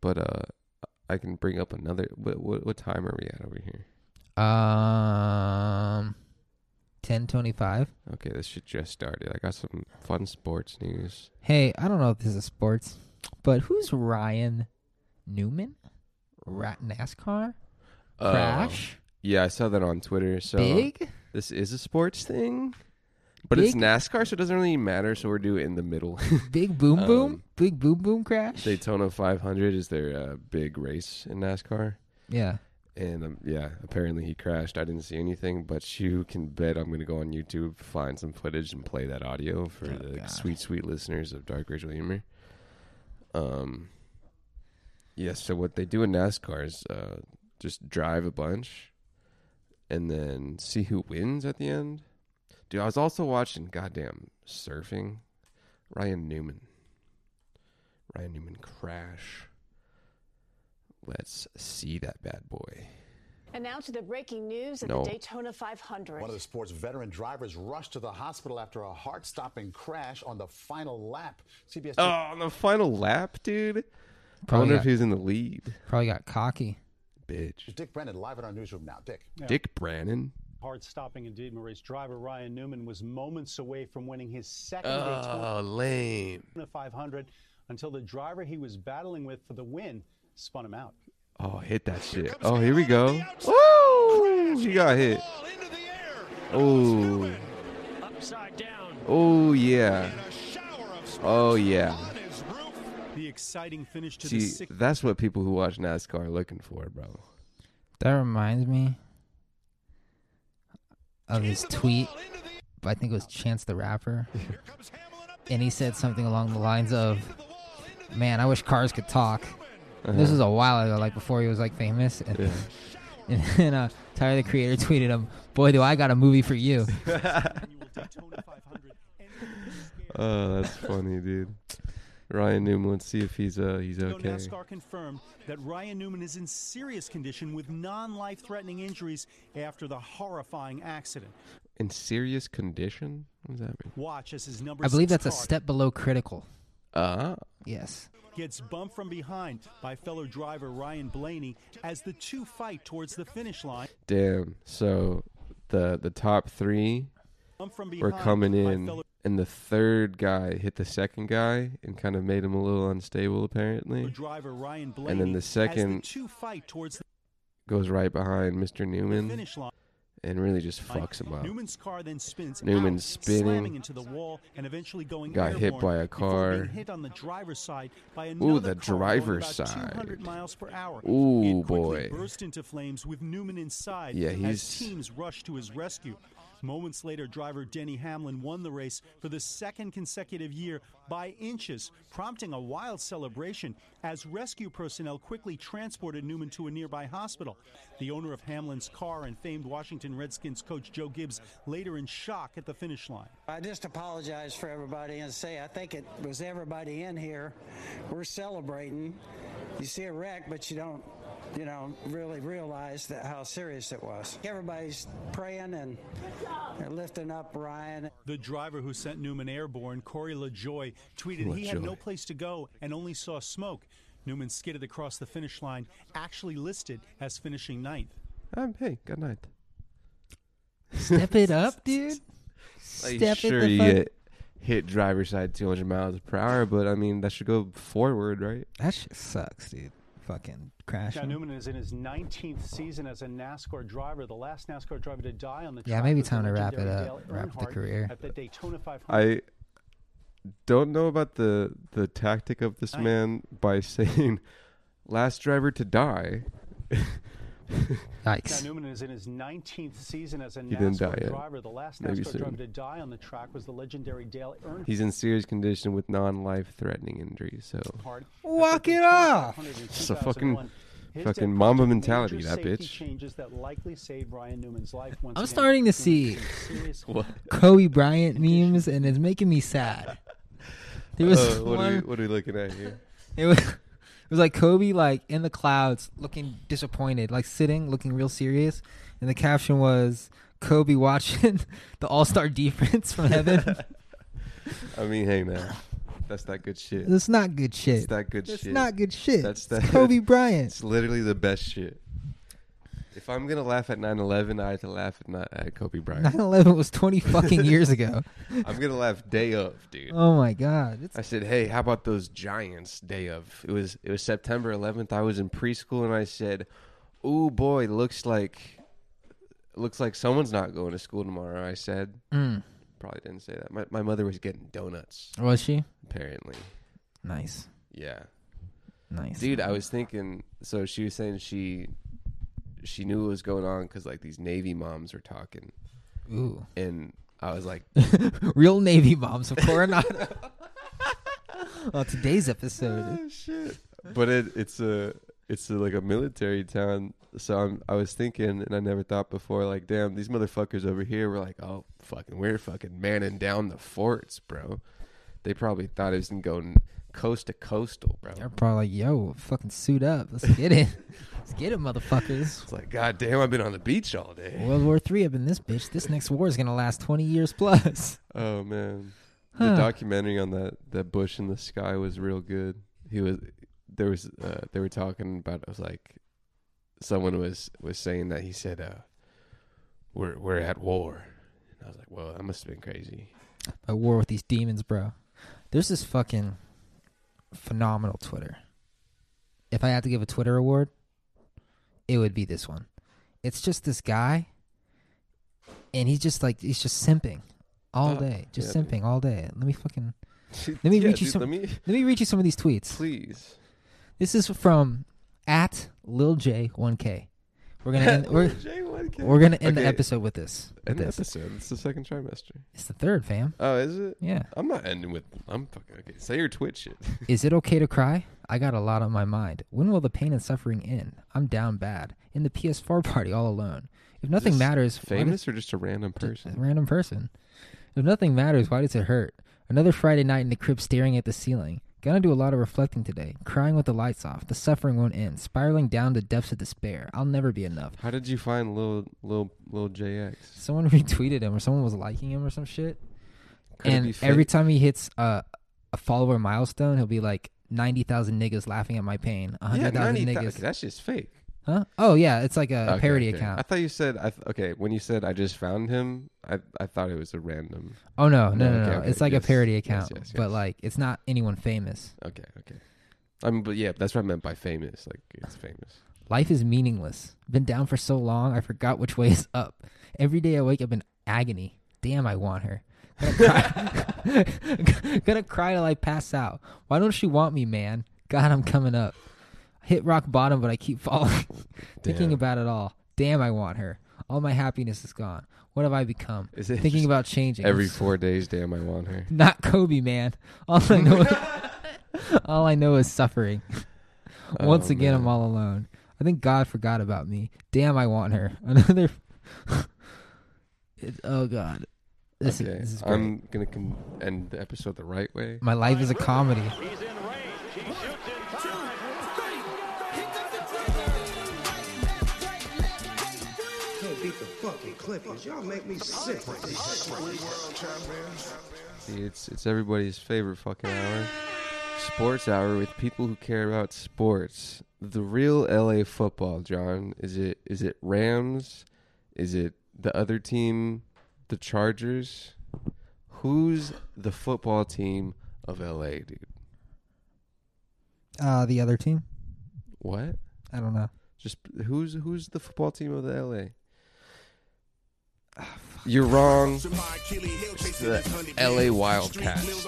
But uh, I can bring up another. What, what what time are we at over here?
Um, ten twenty-five.
Okay, this shit just started. I got some fun sports news.
Hey, I don't know if this is sports, but who's Ryan Newman? Ra- NASCAR
Oh.
crash.
Yeah, I saw that on Twitter. So
Big?
This is a sports thing, but it's
Big?
NASCAR, so it doesn't really matter. So we're due in the middle.
Big boom
Um,
boom. Big boom boom crash.
Daytona 500 is their uh, big race in NASCAR.
Yeah.
And um, yeah, apparently he crashed. I didn't see anything, but you can bet I'm going to go on YouTube, find some footage, and play that audio for the sweet, sweet listeners of Dark Racial Humor. Um, yes. so what they do in NASCAR is uh, just drive a bunch, and then see who wins at the end. Dude, I was also watching goddamn surfing. Ryan Newman. Ryan Newman crash. Let's see that bad boy.
And now to the breaking news at
No.
the Daytona 500.
One of the sport's veteran drivers rushed to the hospital after a heart stopping crash on the final lap. CBS.
Uh.
Oh, on the final lap, dude. I
Probably
wonder if
got-
he was in the lead.
Probably got cocky.
Bitch.
Dick Brennan live in our newsroom now. Dick.
Dick Brannon.
Hard stopping indeed, Maurice. Driver Ryan Newman was moments away from winning his second
Oh, lame.
Daytona 500 until the driver he was battling with for the win spun him out.
Oh, hit that shit. Oh, here we go. Woo! She got hit. Oh. Oh, yeah. Oh, yeah.
The exciting finish to the
See,
sixth.
that's what people who watch NASCAR are looking for, bro.
That reminds me of his tweet. but I think it was Chance the Rapper. and he said something along the lines of, Man, I wish cars could talk. And This
Uh-huh.
was a while ago, like before he was like famous. And, and then uh, Tyler the Creator tweeted him, Boy, do I got a movie for you.
Oh, that's funny, dude. Ryan Newman, let's see if he's uh he's
Though
okay.
NASCAR confirmed that Ryan Newman is in serious condition with non life threatening injuries after the horrifying accident.
In serious condition? What does that mean?
Watch as his number
I believe
six
that's a
car-
step below critical.
Uh
Yes.
gets bumped from behind by fellow driver Ryan Blaney as the two fight towards the finish line.
Damn. So the the top three were coming in, and the third guy hit the second guy and kind of made him a little unstable, apparently.
Driver Ryan Blaney
And then the
as
second
two fight towards the
goes right behind Mr. Newman
finish line.
and really just fucks him up.
Newman's car then spins.
Newman's
out,
spinning.
slamming into the wall and eventually going
Got hit
airborne
by a
before
car.
being hit on the driver's side by
Ooh, the
another car going
driver's
about
side.
200 miles per hour.
Ooh,
It
boy.
quickly burst into flames with Newman inside
Yeah,
as
he's-
teams rushed to his rescue. Moments later, driver Denny Hamlin won the race for the second consecutive year by inches, prompting a wild celebration as rescue personnel quickly transported Newman to a nearby hospital. The owner of Hamlin's car and famed Washington Redskins coach Joe Gibbs later in shock at the finish line.
I just apologize for everybody and say I think it was everybody in here. We're celebrating. You see a wreck, but you don't, you know, really realize that how serious it was. Everybody's praying and and lifting up Ryan.
The driver who sent Newman airborne, Corey LaJoy, tweeted he had
LaJoy.
no place to go and only saw smoke. Newman skidded across the finish line, actually listed as finishing ninth.
Um, hey, good night.
Step it up, dude.
Like,
Step
sure,
it the
you
fuck.
get hit driver's side 200 miles per hour, but I mean, that should go forward, right?
That shit sucks, dude. Fucking crash.
Now, Newman is in his 19th season as a NASCAR driver, the last NASCAR driver to die on the
Yeah,
track
maybe
was the
time to wrap it
legendary
up,
Dale
wrap the
Earnhardt
career.
At the Daytona
I
500.
don't know about the the tactic of this man by saying last driver to die.
Now, Newman is in his 19th season as a
He didn't die
NASCAR
yet.
driver. The last
Maybe
NASCAR
soon.
driver to die on the track was the legendary Dale Earnhardt.
He's in serious condition with non-life threatening injuries, so
Walk it off.
It's a fucking fucking mamba mentality that bitch.
Changes that likely saved Ryan Newman's life once
I'm
again.
starting to see Kobe Bryant memes, and it's making me sad. There was
Uh, what, are we,
one.
what are we looking at here?
It was, it was like Kobe, like in the clouds, looking disappointed, like sitting, looking real serious, and the caption was Kobe watching the All Star defense from heaven.
I mean, hey man, that's that good shit.
That's not good shit.
It's that good
That's
shit.
not good shit.
That's
It's
that
Kobe Bryant.
It's literally the best shit. If I'm gonna laugh at 9/11, I had to laugh at, not, at Kobe Bryant.
9/11 was 20 fucking years ago.
I'm gonna laugh day of, dude.
Oh my God, it's-
I said, hey, how about those Giants day of? It was it was September 11th. I was in preschool and I said, oh boy, looks like looks like someone's not going to school tomorrow. I said,
Mm.
probably didn't say that. My my mother was getting donuts.
Was she?
Apparently.
Nice.
Yeah.
Nice.
Dude, I was thinking. So she was saying she she knew what was going on because like these Navy moms were talking.
Ooh.
And I was like,
Real Navy moms of Coronado. well, today's episode.
Oh, shit. but it, it's a it's a, like a military town. So I'm, I was thinking, and I never thought before. Like, damn, these motherfuckers over here were like, oh, fucking, we're fucking manning down the forts, bro. They probably thought it was going coast to coastal, bro.
They're probably like, yo, fucking suit up. Let's get it. Let's get it, motherfuckers.
It's like, god damn, I've been on the beach all day.
World War Three up in this bitch. This next war is gonna last twenty years plus.
Oh man,
Huh.
the documentary on that that bush in the sky was real good. He was there was uh, they were talking about. I was like, someone was was saying that he said, uh, "We're we're at war," and I was like, "Well, I must have been crazy."
at war with these demons, bro. There's this fucking phenomenal Twitter. If I had to give a Twitter award, it would be this one. It's just this guy, and he's just like he's just simping all
Oh,
day, just
yeah,
simping all day. Let me fucking let me
Yeah,
read you
dude,
some.
let
Let
me-
me, read you some of these tweets,
please.
This is from at Lil J one K. We're gonna end, we're,
J1K.
we're gonna end the
Okay.
episode with this. with
End the
this.
episode. It's the second trimester.
It's the third, fam.
Oh, is it?
Yeah.
I'm not ending with. I'm fucking okay. Say your Twitch shit.
Is it okay to cry? I got a lot on my mind. When will the pain and suffering end? I'm down bad. In the PS4 party all alone. If nothing
Is this
matters, why
Famous or just a random person?
does- random person. If nothing matters, why does it hurt? Another Friday night in the crib staring at the ceiling. Gonna do a lot of reflecting today. Crying with the lights off. The suffering won't end. Spiraling down the depths of despair. I'll never be enough.
How did you find little little little JX?
Someone retweeted him or someone was liking him or some shit.
Could it be
and
fake?
every time he hits uh, a follower milestone, he'll be like, ninety thousand niggas laughing at my pain. A hundred thousand
90,000
niggas.
That's just fake.
Huh? Oh yeah, it's like a
Okay,
parody
okay.
account.
I thought you said I th- okay when you said I just found him. I I thought it was a random.
Oh no, no, no, no!
okay, okay,
It's like
yes,
a parody
yes,
account,
yes, yes.
but like it's not anyone famous.
Okay, okay. I mean, but yeah, that's what I meant by famous. Like it's famous.
Life is meaningless. Been down for so long, I forgot which way is up. Every day I wake up in agony. Damn, I want her. Gonna cry, gonna cry till I pass out. Why don't she want me, man? God, I'm coming up. Hit rock bottom, but I keep falling. Thinking
Damn.
about it all. Damn, I want her. All my happiness is gone. What have I become?
Is it
Thinking
just
about changing.
every four days? Damn, I want her.
Not Kobe, man. All I know, is, all I know is suffering. Once
Oh,
again, I'm all alone. I think God forgot about me. Damn, I want her. Another. it, oh God, this
okay,
is this is great.
I'm gonna con end the episode the right way.
My life is a comedy.
Can't beat the fucking Clippers. Y'all make me sick with this shit.
See, it's it's everybody's favorite fucking hour. Sports hour with people who care about sports. The real LA football, John. Is it is it Rams? Is it the other team, the Chargers? Who's the football team of LA, dude?
Uh, the other team.
What?
I don't know.
Just who's who's the football team of the LA? You're wrong. It's the LA Wildcats.
It's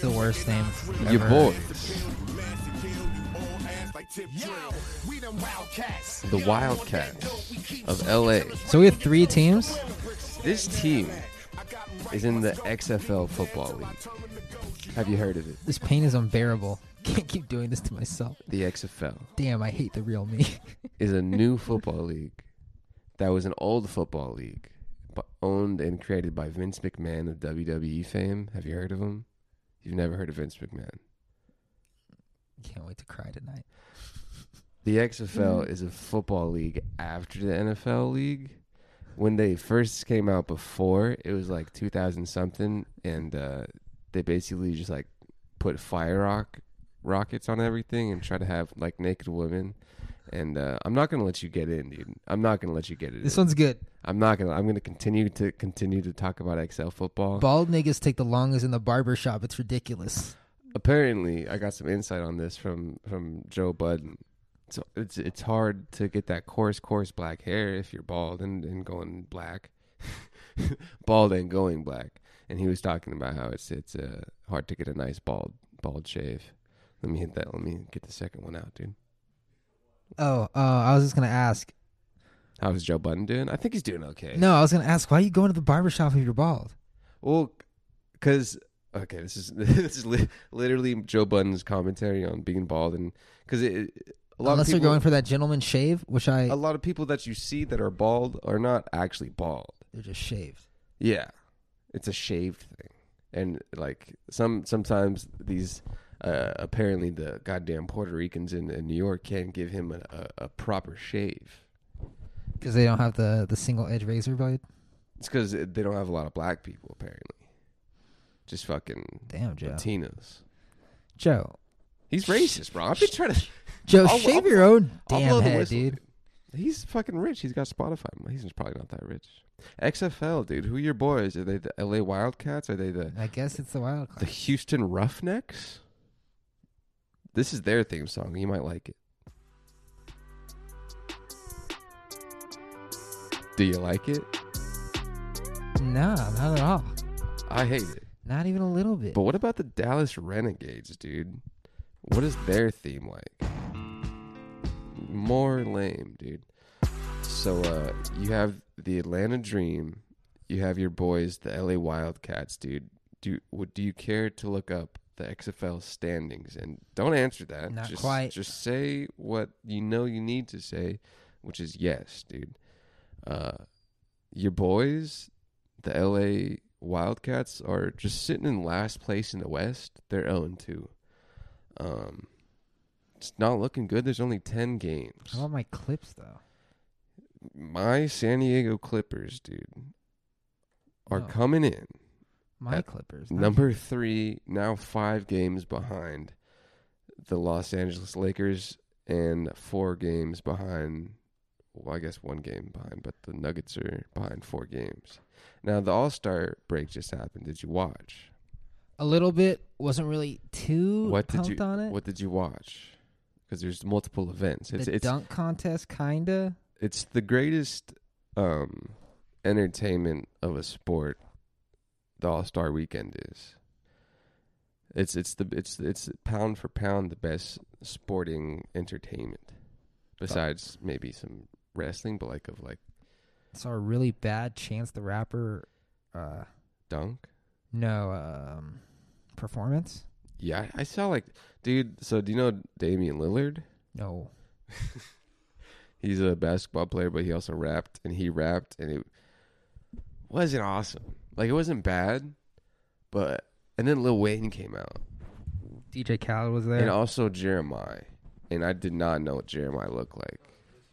the worst name.
dude.
Ever.
Your boys, the Wildcats of LA.
So we have three teams.
This team is in the XFL Football League. Have you heard of it?
This pain is unbearable. Can't keep doing this to myself.
The XFL
Damn, I hate the real me.
is a new football league that was an old football league bu- owned and created by Vince McMahon of WWE fame. Have you heard of him? You've never heard of Vince McMahon.
Can't wait to cry tonight.
The XFL is a football league after the NFL league. When they first came out before, it was like 2000 something, and uh, they basically just like put fire rock rockets on everything and try to have like naked women. And uh, I'm not gonna let you get in, dude. I'm not gonna let you get it.
This
in.
one's good.
I'm not gonna. I'm gonna continue to continue to talk about XL football.
Bald niggas take the longest in the barber shop. It's ridiculous.
apparently I got some insight on this from from Joe Budden. So it's it's hard to get that coarse coarse black hair if you're bald and, and going black, bald and going black. And he was talking about how it's it's uh, hard to get a nice bald bald shave. Let me hit that. Let me get the second one out, dude.
Oh, uh, I was just gonna ask.
How's Joe Budden doing? I think he's doing okay.
No, I was gonna ask why you going to the barber shop if you're bald.
Well, because okay, this is this is li- literally Joe Budden's commentary on being bald and because it, a lot
Unless
of people,
they're going for that gentleman shave, which I
a lot of people that you see that are bald are not actually bald.
they're just shaved.
Yeah, it's a shaved thing, and like some sometimes these uh, apparently the goddamn Puerto Ricans in, in New York can't give him a, a, a proper shave.
Because they don't have the, the single edge razor blade.
It's because they don't have a lot of black people apparently. Just fucking
Damn, Joe.
Latinos.
Joe.
He's racist, bro. I've been tryyn to
Joe,
I'll-
shave
I'll-
your own
I'll
damn
blow the
head,
whistle,
dude.
He's fucking rich. He's got Spotify. He's probably not that rich. XFL, dude. Who are your boys? Are they the LA Wildcats? Are they the
I guess it's the wild
the
card.
Houston Roughnecks? This is their theme song. You might like it. Do you like it?
Nah, not at all.
I hate it.
Not even a little bit.
But what about the Dallas Renegades, dude? What is their theme like? More lame, dude. So uh you have the Atlanta Dream, you have your boys, the LA Wildcats, dude. Do would do you care to look up the XFL standings? And don't answer that.
Not
just,
quite.
Just say what you know you need to say, which is yes, dude. Uh, your boys, the LA Wildcats, are just sitting in last place in the West. They're 0 2. Um, it's not looking good. There's only 10 games.
How about my clips though?
My San Diego Clippers, dude, are
No.
coming in
My
at
Clippers, not
uh, Number three, now five games behind the Los Angeles Lakers and four games behind, well, I guess one game behind, but the Nuggets are behind four games. Now, the All Star break just happened. Did you watch?
A little bit wasn't really too
What did
pumped
you
on it.
What did you watch? Because there's multiple events. It's
the
it's
dunk contest, kinda.
it's the greatest um entertainment of a sport the all-star weekend is it's it's the it's it's pound for pound the best sporting entertainment besides maybe some wrestling but like of like
Saw a really bad Chance the Rapper. Uh,
dunk
no, um, performance.
yeah I, I saw like dude so do you know damian lillard
No,
he's a basketball player, but he also rapped, and he rapped, and it wasn't awesome. Like it wasn't bad, but and then Lil Wayne came out,
DJ Khaled was there.
and also Jeremiah, and I did not know what Jeremiah looked like.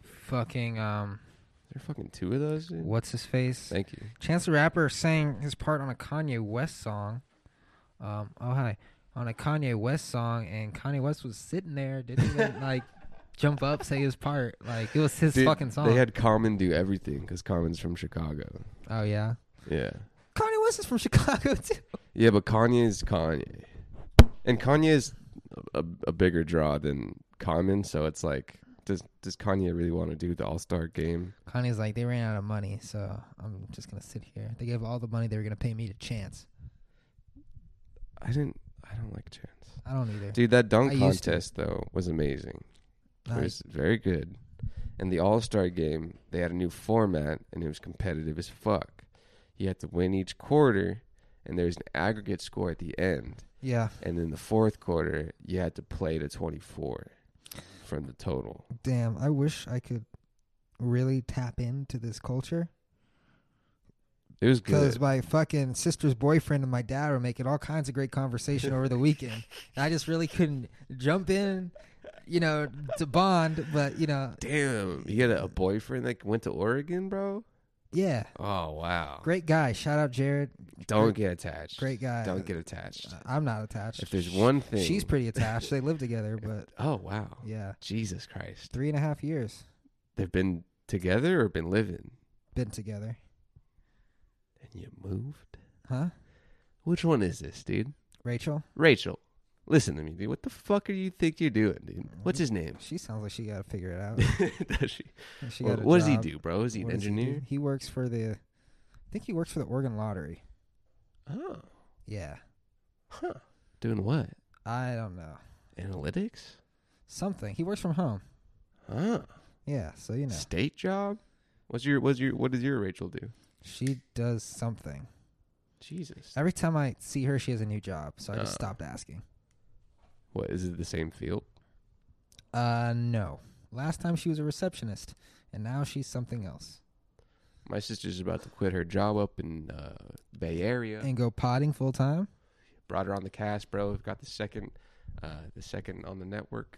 fucking um,
there are fucking two of those. Dude.
What's his face?
Thank you.
Chance the Rapper sang his part on a Kanye West song. Um, oh hi, on a Kanye West song, and Kanye West was sitting there, didn't even like jump up, say his part. Like it was his
Dude,
fucking song.
They had Common do everything because Common's from Chicago.
oh yeah,
Yeah,
Kanye West is from Chicago too.
yeah, but Kanye is Kanye, and Kanye is a, a bigger draw than Common, so it's like. Does, does Kanye really want to do the All Star game?
Kanye's like they ran out of money, so I'm just gonna sit here. They gave all the money they were gonna pay me to Chance.
I didn't. I don't like Chance.
I don't either.
Dude, that dunk
I used to.
contest though was amazing.
Nice.
It was very good. And the All Star game, they had a new format and it was competitive as fuck. You had to win each quarter, and there's an aggregate score at the end.
Yeah.
And in the fourth quarter, you had to play to 24 from the total.
Damn, I wish I could really tap into this culture.
It was
Because
good.
my fucking sister's boyfriend and my dad were making all kinds of great conversation over the weekend. And I just really couldn't jump in, you know, to bond. But, you know,
Damn, you had a boyfriend that went to Oregon, bro.
yeah.
Oh wow.
Great guy. Shout out Jared.
Don't
Great-
get attached.
Great guy. Uh,
Don't get attached.
I'm not attached.
If there's one thing,
She's pretty attached. They live together, but
Oh wow.
Yeah.
Jesus Christ.
three and a half years
They've been together or been living,
been together.
and you moved.
Huh?
Which one is this, dude?
Rachel?
Rachel, listen to me, dude. What the fuck are you think you're doing, dude? What's his name?
She sounds like she got to figure it out.
Does she?
She
Well,
got a
what does he
job.
do, bro? Is he an
What does do?
engineer?
He, works for the. I think he works for the Oregon Lottery.
Oh,
Yeah,
doing what?
I don't know
Analytics?
something. He works from home.
Huh?
Yeah, so you know
State job? What's your what's your what does your Rachel do?
she does something.
Jesus.
Every time I see her, she has a new job, so I just
Oh.
stopped asking.
What is it the same field?
Uh, no. Last time she was a receptionist, and now she's something else.
My sister's about to quit her job up in uh, Bay Area.
And go potting full time,
Brought her on the cast, bro. We've got the second uh, the second on the network.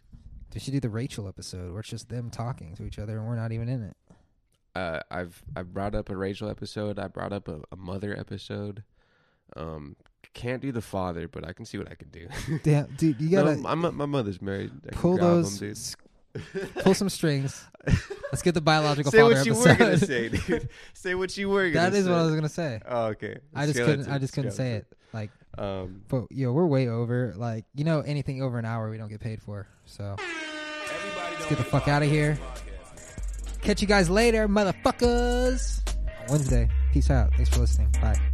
They should do the Rachel episode where it's just them talking to each other, and we're not even in it.
uh, I've I brought up a Rachel episode. I brought up a, a mother episode. Um, can't do the father, but I can see what I can do.
Damn, dude, you
No,
gotta-
my mo- my mother's married. I can
Pull
grab 'em,
those,
dude.
s- pull some strings. Let's get the biological
Say
father
what you were
episode.
gonna say, dude. Say what you were gonna
That is what I
say.
was gonna say.
Oh, okay.
I just couldn't. I
Skeleton,
just couldn't say it. Like,
Um,
but yo, we're way over. Like, you know, anything over an hour, we don't get paid for. So, let's get the fuck out of here. Catch you guys later, motherfuckers. On Wednesday. Peace out. Thanks for listening. Bye.